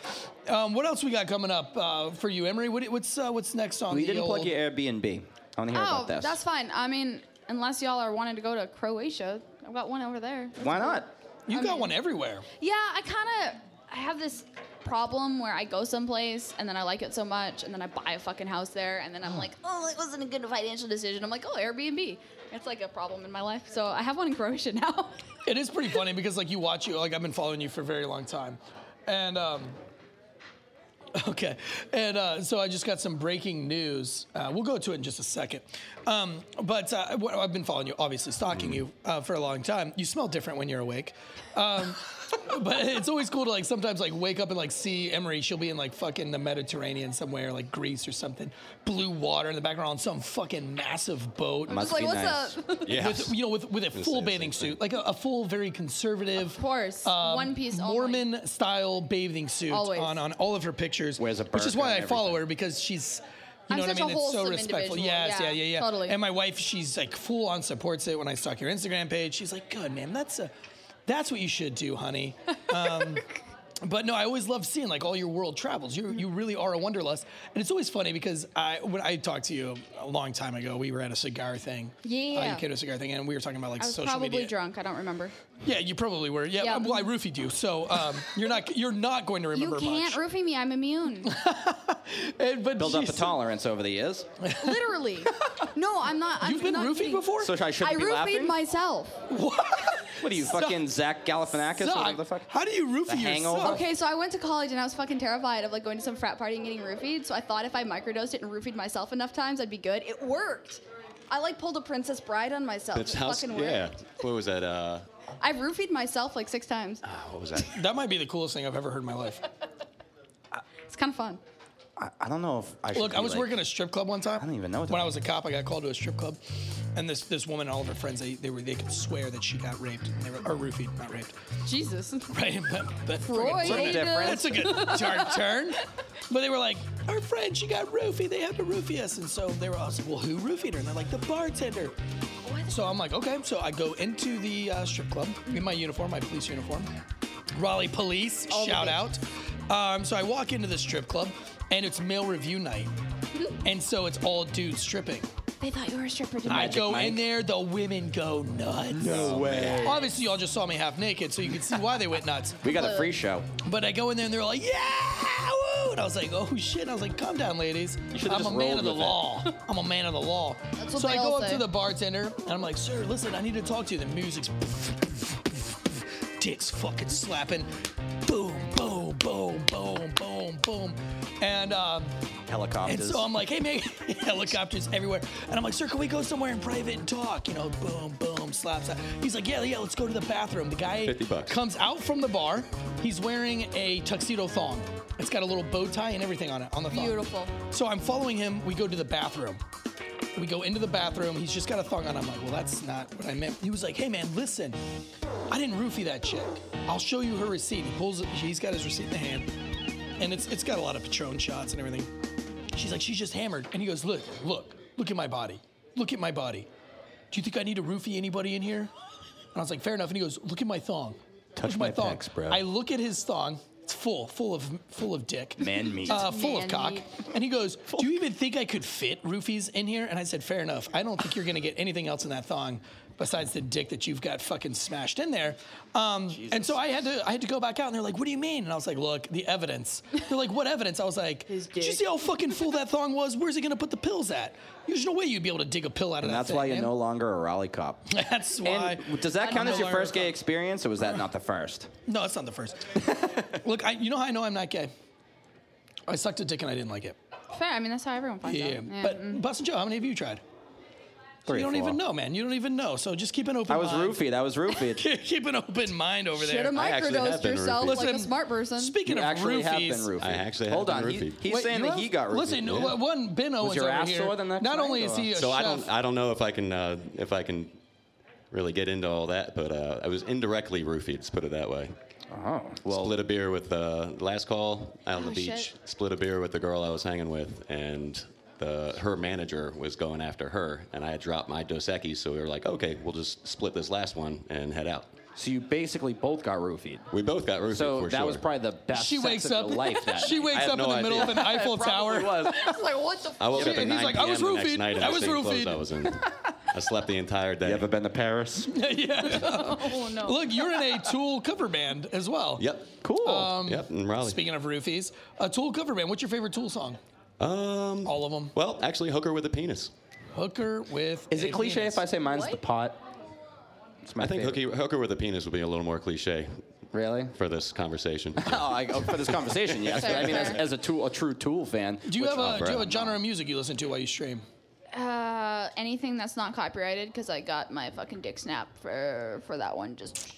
Um, what else we got coming up uh, for you, Emery? What, what's uh, what's next on We the didn't old? plug your Airbnb. I want to hear oh, about this. that's fine. I mean, unless y'all are wanting to go to Croatia, I've got one over there. That's Why cool. not? you got mean- one everywhere. Yeah, I kind of I have this problem where I go someplace and then I like it so much and then I buy a fucking house there and then I'm like, oh, it wasn't a good financial decision. I'm like, oh, Airbnb. It's like a problem in my life. So I have one in Croatia now. It is pretty funny because like you watch you like I've been following you for a very long time, and um, okay, and uh, so I just got some breaking news. Uh, we'll go to it in just a second, um, but uh, wh- I've been following you, obviously stalking you uh, for a long time. You smell different when you're awake. Um, but it's always cool to like sometimes like wake up and like see Emery. She'll be in like fucking the Mediterranean somewhere, like Greece or something. Blue water in the background on some fucking massive boat. Just Must like, be what's nice. up? Yeah. With, you know, with, with a say the full same bathing thing. suit, like a, a full, very conservative, Of course. Um, One piece only. Mormon style bathing suit Always. on on all of her pictures. Wears a which is burqa why and I follow everything. her because she's. You I'm know such a what I mean? It's so wholesome respectful. individual. Yes, yeah, Yeah, yeah, yeah. totally. And my wife, she's like full on supports it. When I stalk your Instagram page, she's like, "Good man, that's a, that's what you should do, honey." Um, But no, I always love seeing like all your world travels. You you really are a wanderlust, and it's always funny because I when I talked to you a long time ago, we were at a cigar thing. uh, Yeah. you came to a cigar thing, and we were talking about like I was social probably media. drunk. I don't remember. Yeah, you probably were. Yeah, Yeah. well, I roofied you, so um, you're not you're not going to remember you can't much. roofie me. I'm immune. And- but Build up a she's- tolerance over the years. Literally. No, I'm not. I'm You've been not roofied kidding. before. So I I shouldn't be roofied laughing. myself. what? what are you, fucking Zach Galifianakis? or Suck. whatever the fuck? How do you roofie The yourself? hangover? Okay, so I went to college and I was fucking terrified of like going to some frat party and getting roofied. So I thought if I microdosed it and roofied myself enough times, I'd be good. It worked. I like pulled a Princess Bride on myself. That's it how. fucking worked. Yeah. What was that? Uh, ah, I've roofied myself like six times. what was that? That might be the coolest thing I've ever heard in my life. It's kind of fun. I, I don't know if I should. Look, I be, was like- working a strip club one time. I don't even know what When that I was a cop, I got called to a strip club, and this this woman and all of her friends they, they were they could swear that she got raped. And they were or roofied, not raped. Jesus. Right, but, but Roy Something different. that's a good turn. turn. But they were like, our friend, she got roofied. They had to roofie us, and so they were also, well, who roofied her? And they're like, the bartender. So I'm like, okay. So I go into the uh, strip club in my uniform, my police uniform. Raleigh Police, All the shout out. good. Um, so I walk into the strip club, and it's male review night, and so it's all dudes stripping. They thought you were a stripper. didn't I they? go Mike. in there, the women go nuts. No way. Obviously, y'all just saw me half naked, so you can see why they went nuts. We got a free show. But I go in there and they're like, yeah, woo! And I was like, oh shit. I was like, calm down, ladies. should've I'm a just man rolled of the with it. law. I'm a man of the law. That's what so I they go all up say. to the bartender and I'm like, sir, listen, I need to talk to you. The music's dicks fucking slapping. Boom, boom, boom, boom, boom, boom. And um, and Helicopters. so I'm like, hey man, helicopters everywhere. And I'm like, sir, can we go somewhere in private and talk? You know, boom, boom, slap, slap. He's like, yeah, yeah, let's go to the bathroom. The guy 50 bucks. comes out from the bar. He's wearing a tuxedo thong. It's got a little bow tie and everything on it on the thong. Beautiful. So I'm following him. We go to the bathroom. We go into the bathroom. He's just got a thong on. I'm like, well, that's not what I meant. He was like, hey man, listen, I didn't roofie that chick. I'll show you her receipt. He pulls. it. He's got his receipt in the hand, and it's it's got a lot of Patron shots and everything. She's like, she's just hammered. And he goes, look, look, look at my body. Look at my body. Do you think I need to roofie anybody in here? And I was like, fair enough. And he goes, look at my thong. Touch look at my thong. pecs, bro. I look at his thong. It's full, full of, full of dick. Man meat. Uh, full of Man cock. meat. And he goes, do you even think I could fit roofies in here? And I said, fair enough. I don't think you're going to get anything else in that thong besides the dick that you've got fucking smashed in there. Um, and so I had to, I had to go back out and they're like, what do you mean? And I was like, look, the evidence. They're like, what evidence? I was like, did you dick. see how fucking full that thong was? Where's he going to put the pills at? There's no way you'd be able to dig a pill out of and that that's thing, why you're man. no longer a Raleigh cop. That's why. And does that I'm count no as your longer first a gay cop. experience, or was that not the first? No, it's not the first. Look, I, you know how I know I'm not gay? I sucked a dick and I didn't like it. Fair. I mean, that's how everyone finds Yeah, out. Yeah. mm-hmm. but Boston Joe, how many of you tried? Three you or don't even four. know, man. You don't even know. So just keep an open. I was mind. roofied. I was roofied. keep an open mind over should there. have I actually have microdosed been yourself roofied. like a smart person. Speaking You of actually roofies, have been roofied. I actually have Hold been on. he- roofied. he's Wait, saying you that he have- got roofied. Listen, Yeah. wh- one Ben Owens your over ass here. sore the next not night, only is or- he a So chef, I don't I don't know if I can uh, if I can really get into all that, but uh, I was indirectly roofied. Let's put it that way. Oh, well, split a beer with uh, last call out on Oh, the beach. shit. Split a beer with the girl I was hanging with, and the her manager was going after her, and I had dropped my Dos Equis, so we were like, okay, we'll just split this last one and head out. so you basically both got roofied. We both got roofied So for that sure. was probably the best she sex wakes of up. your life that she night. wakes I up have in no the middle of idea. an Eiffel Tower. Probably was. I was like, what the? I woke up at He's 9 like, I PM was the next roofied. night in I the was same clothes roofied. I was in. I slept the entire day. You ever been to Paris? yeah. Oh no. Look, you're in a Tool cover band as well. Yep. Cool. Um, yep. In Raleigh. Speaking of roofies, a Tool cover band. What's your favorite Tool song? um. All of 'em. Well, actually, hooker with a penis. Hooker with. Is a it cliche penis. if I say mine's the What? pot? It's my I think favorite. hooker, hooker with a penis would be a little more cliche Really? for this conversation. Oh, I, oh, for this conversation, yes. But I mean, as, as a tool, a true Tool fan. Do you which have a I'm Do you have a not. genre of music you listen to while you stream? Uh, anything that's not copyrighted because I got my fucking dick snap for for that one. Just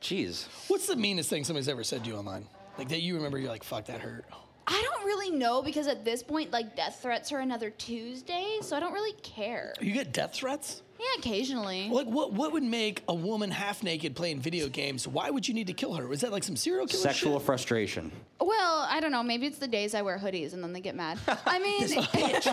Jeez. What's the meanest thing somebody's ever said to you online? Like that you remember, you're like, fuck, that hurt. I don't really know because at this point, like death threats are another Tuesday, so I don't really care. You get death threats? Yeah, occasionally. Like, what, what would make a woman half naked playing video games? Why would you need to kill her? Was that like some serial killer Sexual shit? frustration. Well, I don't know. Maybe it's the days I wear hoodies and then they get mad. I mean, like,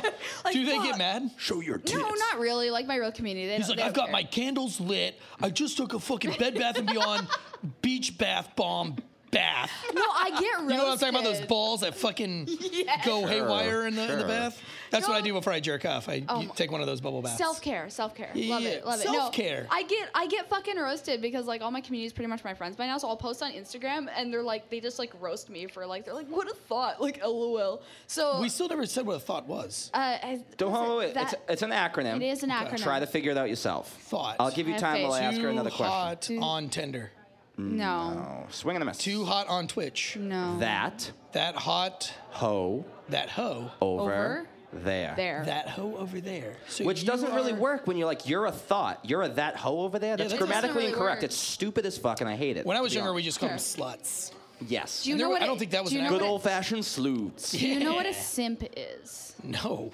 Do they fuck. get mad? Show your tits. No, not really. Like my real community. They He's like, don't- they I've don't got my care." candles lit. I just took a fucking Bed Bath and Beyond beach bath bomb bath. No, I get roasted. You know what I'm talking about? Those balls that fucking Yes. go Sure, haywire in the, in the sure. bath. That's what I No. do before I jerk off. I Oh you my- take one of those bubble baths. Self care, self care, love Yeah, it, love it. No, self-care. I get, I get fucking roasted because like all my community is pretty much my friends by now. So I'll post on Instagram and they're like, they just like roast me for like, they're like, what a thought, like, lol. So We still never said what a thought was. uh, I- Don't was hold it it. It's, that- it's an acronym. It is an acronym. Try to figure it out yourself. Thought. I'll give you Have time while I faith. ask her Too another question. hot on Tinder. Mm, no, Oh, swing and a miss. Too hot on Twitch. no, That That hot, hoe that hoe, over, Over there. there. that hoe over there. So Which you doesn't really are- work when you're like, you're a thought, you're a that hoe over there. That's that doesn't grammatically really incorrect. work. It's stupid as fuck, and I hate it. When I was to be younger, we honest. just called them Sure. sluts. yes, Do you And there know were- what? I don't it- think that was do you an know good what it- old fashioned sleuths. Do you know what a simp is? No.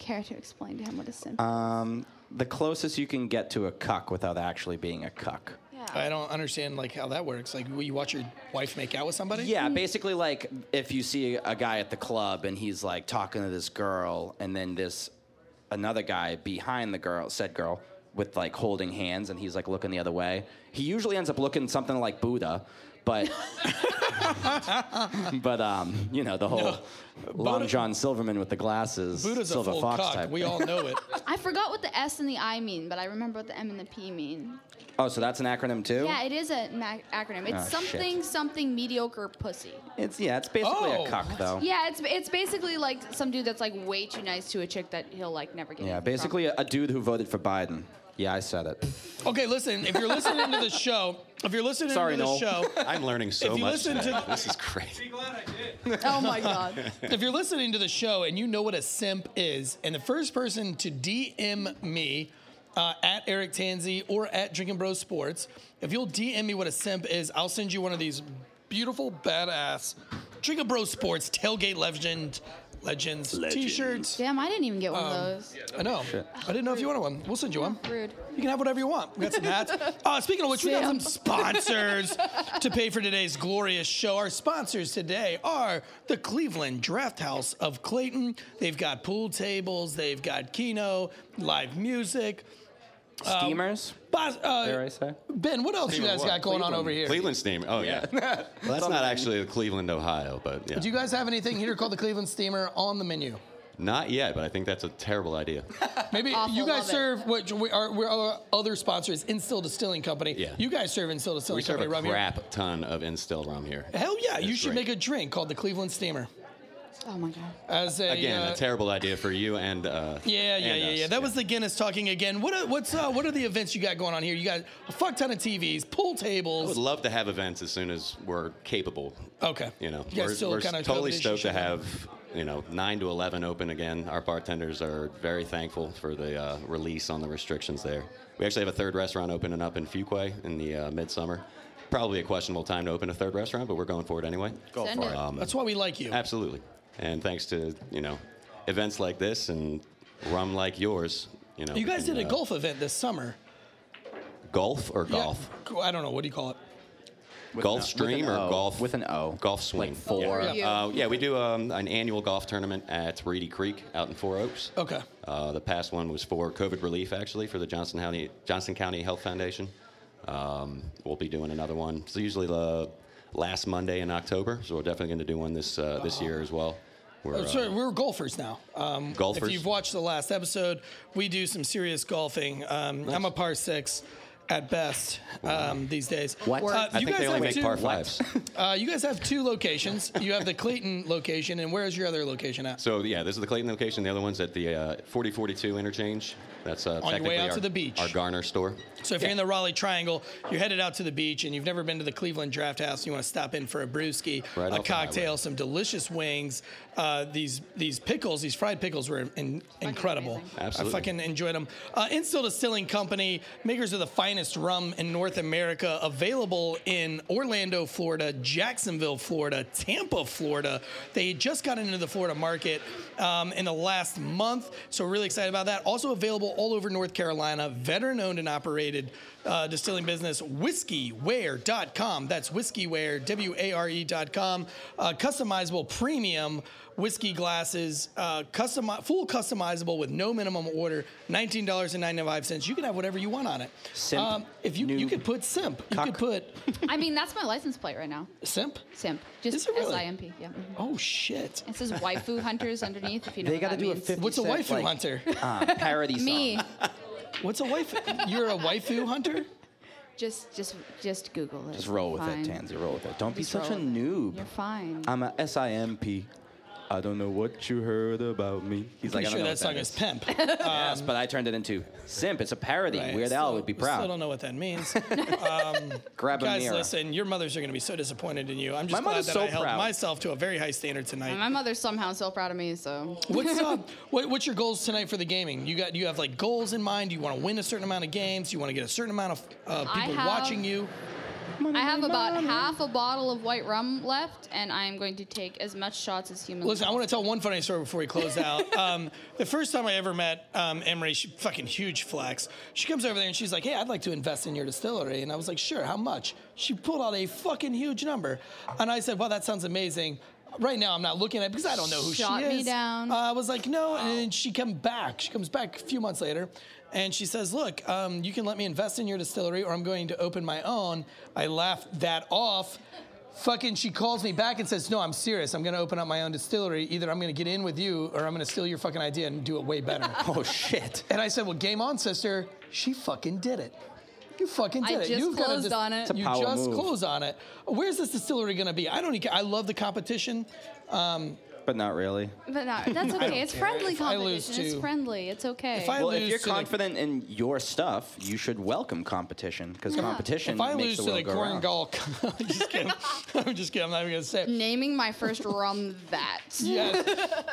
Care to explain to him what a simp? Uh, The closest you can get to a cuck without actually being a cuck. is? Yeah. I don't understand like how that works. Like, will you watch your wife make out with somebody? Yeah, basically, like if you see a guy at the club and he's like talking to this girl, and then this another guy behind the girl, said girl, with like holding hands, and he's like looking the other way. He usually ends up looking something like Buddha, but but um, you know the whole Long Buddha- John Silverman with the glasses, Buddha's Silver a full Fox cock. type. We all know it. I forgot what the S and the I mean, but I remember what the M and the P mean. oh, so that's an acronym too. Yeah, it is an ac- acronym. It's Ah, shit. something something mediocre pussy. it's yeah, it's basically Oh, a cuck what? though. Yeah, it's it's basically like some dude that's like way too nice to a chick that he'll like never get. Yeah, anything from. basically a, a dude who voted for Biden. Yeah, I said it. Okay, listen. If you're listening to the show, if you're listening Sorry, to the Noel. show, I'm learning so If you much. listen Today. to- this is crazy. Oh my god. if you're listening to the show and you know what a simp is, and the first person to DM me uh, at Eric Tanzi or at Drinking Bros Sports, if you'll DM me what a simp is, I'll send you one of these beautiful, badass Drinking Bros Sports tailgate legend legends T-shirts. Damn, I didn't even get one Um, of those. I know. I didn't know if you wanted one. We'll send you one. Rude. You can have whatever you want. We got some hats. Uh, speaking of which, we got some Sam. sponsors to pay for today's glorious show. Our sponsors today are the Cleveland Draft House of Clayton. They've got pool tables, they've got kino, live music. Um, Steamers. Bos- Dare uh, I say? ben, what else you guys got going on Cleveland. over here? Cleveland steam. Oh yeah. well, that's not actually Cleveland, Ohio, but yeah. Do you guys have anything here called the Cleveland Steamer on the menu? not yet, but I think that's a terrible idea. Maybe Awful, you guys love it. serve what we are. We're our other sponsors, Instill Distilling Company. Yeah. You guys serve Instill Distilling we serve Company a rum here. crap ton of instill rum here. Hell yeah! you That's should right. make a drink called the Cleveland Steamer Oh my god. as a Again, uh, a terrible idea for you and uh, yeah, yeah, and yeah, us, yeah. That was the Guinness talking again. What are, what's uh, what are the events you got going on here? You got a fuck ton of TVs, pool I would tables. love to have events as soon as we're capable. Okay, You know, you guys we're, still we're kinda totally COVID and stoked to shit going on? have you know nine to eleven open again. Our bartenders are very thankful for the uh, release on the restrictions there. We actually have a third restaurant opening up in Fuquay in the uh, midsummer. Probably a questionable time to open a third restaurant, but we're going for it anyway. Send it. Um, That's why we like you. Absolutely. And thanks to you know events like this and rum like yours, you know. You we guys can, did a uh, golf event this summer. golf or Yeah. golf, I don't know what do you call it. golf stream with an or O. golf With an O. golf swing. Like four. Yeah. Yeah. Uh, yeah, we do um, an annual golf tournament at Reedy Creek out in Four Oaks. Okay. Uh, the past one was for COVID relief, actually, for the Johnson County Johnson County Health Foundation. Um, we'll be doing another one. It's usually the last Monday in October, so we're definitely going to do one this uh, this year as well. We're, Oh, uh, sorry, we're golfers now. Um, Golfers? If you've watched the last episode, we do some serious golfing. Um, I'm a par six at best um, these days. What? Uh, I you think guys they only have make two, par fives. Uh, you guys have two locations. You have the Clayton location, and where's your other location at? So yeah, this is the Clayton location. The other one's at the uh, 4042 interchange. That's uh, your way technically out our, to the beach. our Garner store. So if you're in the Raleigh Triangle, you're headed out to the beach, and you've never been to the Cleveland Draft House, and you want to stop in for a brewski, Right a off the cocktail, highway. some delicious wings. Uh, these these pickles, these fried pickles, were in, incredible. amazing. Absolutely. I fucking enjoyed them. Uh, Instill Distilling Company, makers of the finest. finest rum in North America, available in Orlando, Florida, Jacksonville, Florida, Tampa, Florida. They just got into the Florida market um, in the last month, so we're really excited about that. Also available all over North Carolina, veteran owned and operated uh, distilling business, whiskyware.com. That's whiskyware, W A R E.com. Uh, customizable premium whiskey glasses, uh, custom, full customizable with no minimum order, $19.95. You can have whatever you want on it. Um, Simp. if you, you New could put simp. You could cock. put I mean, that's my license plate right now. simp. Simp. Is Just it really? S-I-M-P. Yeah. mhm. Oh, shit. It says waifu hunters underneath. If you know They got to do a 50 What's a cent, waifu like, hunter? Uh, parody song. Me, What's a waifu? You're a waifu hunter? just just just Google it. Just roll with Fine. it, Tansy. Roll with it. Don't be Just such a roll with it. noob. You're fine. I'm a S-I-M-P. I don't know what you heard about me. He's Pretty like, I don't sure know that what song that is is. pimp. yes, but I turned it into simp. It's a parody. Right, Weird still- Al would be we Still don't proud. know what that means. Grab a Guys, mirror. listen, your mothers are going to be so disappointed in you. I'm My just glad that mother's I so held proud. myself to a very high standard tonight. My mother's somehow so proud of me. So What's up? What, what's your goals tonight for the gaming? You got you have like goals in mind. You want to win a certain amount of games. You want to get a certain amount of uh, I people have- watching you. I have about half a bottle of white rum left, and I am going to take as much shots as humanly. Listen, I want to tell one funny story before we close out. Um, the first time I ever met um, Emery, she, fucking huge flex. She comes over there and she's like, "Hey, I'd like to invest in your distillery," and I was like, "Sure, how much?" She pulled out a fucking huge number, and I said, "Well, that sounds amazing." Right now, I'm not looking at it because I don't know who Shot she me is. down. Uh, I was like, "No," and then she come back. She comes back a few months later, and she says, "Look, um, you can let me invest in your distillery, or I'm going to open my own." I laughed that off. Fucking, she calls me back and says, "No, I'm serious. I'm gonna open up my own distillery. Either I'm gonna get in with you, or I'm gonna steal your fucking idea and do it way better." Oh, shit. and I said, "Well, game on, sister. She fucking did it. You fucking I did it. just You've got a closed dis- on it. It's a You power just move. closed on it. Where's this distillery gonna be? I don't. Even, I love the competition. But not really. but no, that's okay. It's friendly If I lose competition. It's two- friendly. It's okay. If I Well, if lose you're to the- confident in your stuff, you should welcome competition because competition If I lose makes the to world the go corn round. gall, I'm just kidding. I'm just kidding. I'm not even gonna say. It. Naming my first rum that. Yes.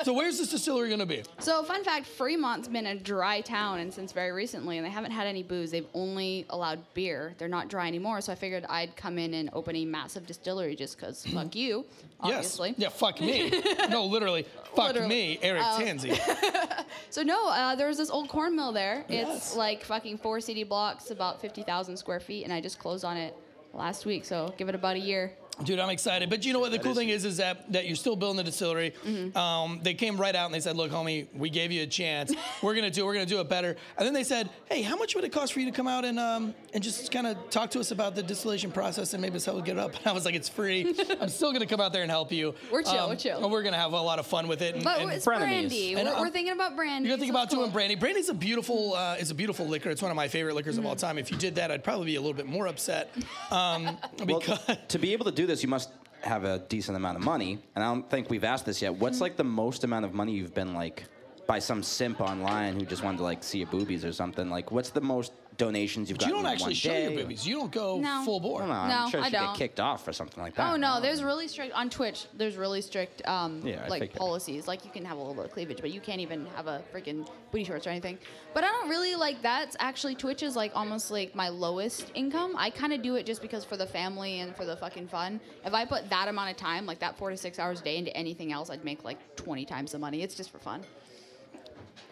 so where's this distillery gonna be? So, fun fact Fremont's been a dry town and since very recently, and they haven't had any booze. They've only allowed beer. They're not dry anymore. So, I figured I'd come in and open a massive distillery just because fuck you, obviously. Yes. Yeah. Fuck me. no, literally. Fuck Literally. Oh. me, Eric Tanzi. So no, uh, there was this old corn mill there. Yes. It's like fucking four city blocks, about fifty thousand square feet, and I just closed on it last week. So give it about a year. Dude, I'm excited. But you know what? The cool thing is, is that that you're still building the distillery. Mm-hmm. Um, they came right out and they said, "Look, homie, we gave you a chance. We're gonna do. We're gonna do it better." And then they said, "Hey, how much would it cost for you to come out and um, and just kind of talk to us about the distillation process and maybe us how we get it up?" And I was like, "It's free. I'm still gonna come out there and help you. Um, We're chill, we're chill. And we're gonna have a lot of fun with it." And, But and it's frenemies. brandy. And we're, I'm- we're thinking about brandy. you're gonna think about so doing it's cool. Mm-hmm. brandy. Brandy's a beautiful, uh, is a beautiful liquor. It's one of my favorite liquors of all time. If you did that, I'd probably be a little bit more upset. Um, Well, because to be able to do this, you must have a decent amount of money. And I don't think we've asked this yet. What's like the most amount of money you've been like by some simp online who just wanted to like see your boobies or something? Like, what's the most donations you've got? you don't actually show your boobies. You don't go No. full bore. I don't know. No, I'm sure I she don't. get kicked off or something like that. Um, Oh no, there's really strict on Twitch. There's really strict um, Yeah, I like figured. policies. Like you can have a little bit of cleavage, but you can't even have a freaking booty shorts or anything. But I don't really like that's actually Twitch is like almost like my lowest income. I kind of do it just because for the family and for the fucking fun. If I put that amount of time, like that four to six hours a day, into anything else, I'd make like 20 times the money. It's just for fun.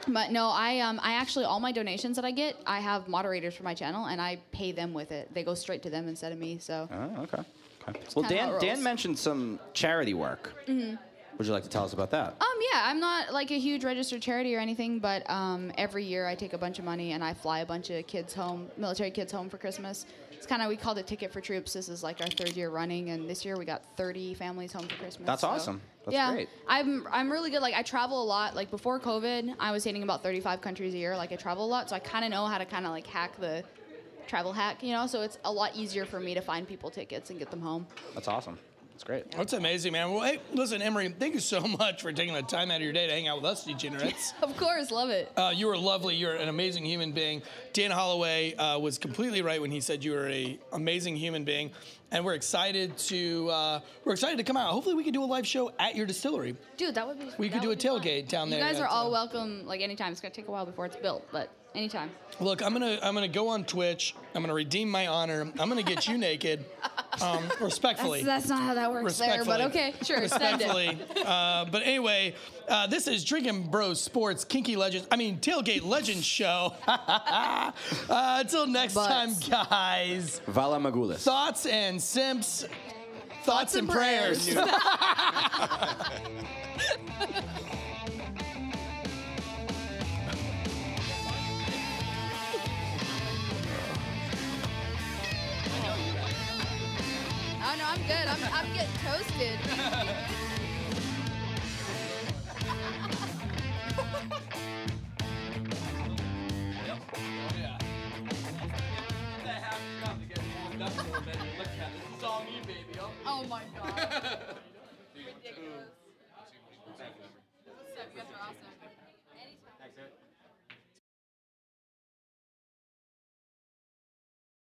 But no, I um I actually all my donations that I get, I have moderators for my channel and I pay them with it. They go straight to them instead of me. So Oh, okay. okay. Well, kinda Mm-hmm. Dan how it Dan rolls. mentioned some charity work. Would you like to tell us about that? Um, yeah, I'm not like a huge registered charity or anything, but um, every year I take a bunch of money and I fly a bunch of kids home, military kids home for Christmas. It's kind of we called it Ticket for Troops. This is like our third year running, and this year we got 30 families home for Christmas. That's so- awesome. That's yeah, great. I'm I'm really good. Like I travel a lot. Like before COVID, I was hitting about 35 countries a year. Like I travel a lot, so I kind of know how to kind of like hack the travel hack, you know. So it's a lot easier for me to find people tickets and get them home. That's awesome. That's great. That's amazing, man. Well, hey, listen, Emery, thank you so much for taking the time out of your day to hang out with us degenerates. Of course, love it. Uh, you are lovely. You're an amazing human being. Dan Holloway uh, was completely right when he said you are a amazing human being, and we're excited to uh, we're excited to come out. Hopefully, we can do a live show at your distillery. Dude, that would be. We could that do would a be fun. tailgate down You there guys at, are all uh, welcome, like anytime. It's gonna take a while before it's built, but Anytime. Look, I'm gonna I'm gonna go on Twitch. I'm gonna redeem my honor. I'm gonna get you naked, um, respectfully. That's, that's not how that works there, but okay, sure, send it. Respectfully. Uh, but anyway, uh, this is Drinking Bros Sports Kinky Legends, I mean, Tailgate Legends Show. uh, until next time, Butts. guys, Vala Magulis. thoughts and simps, thoughts and prayers. Oh no, I'm good. I'm, I'm getting toasted. oh my god.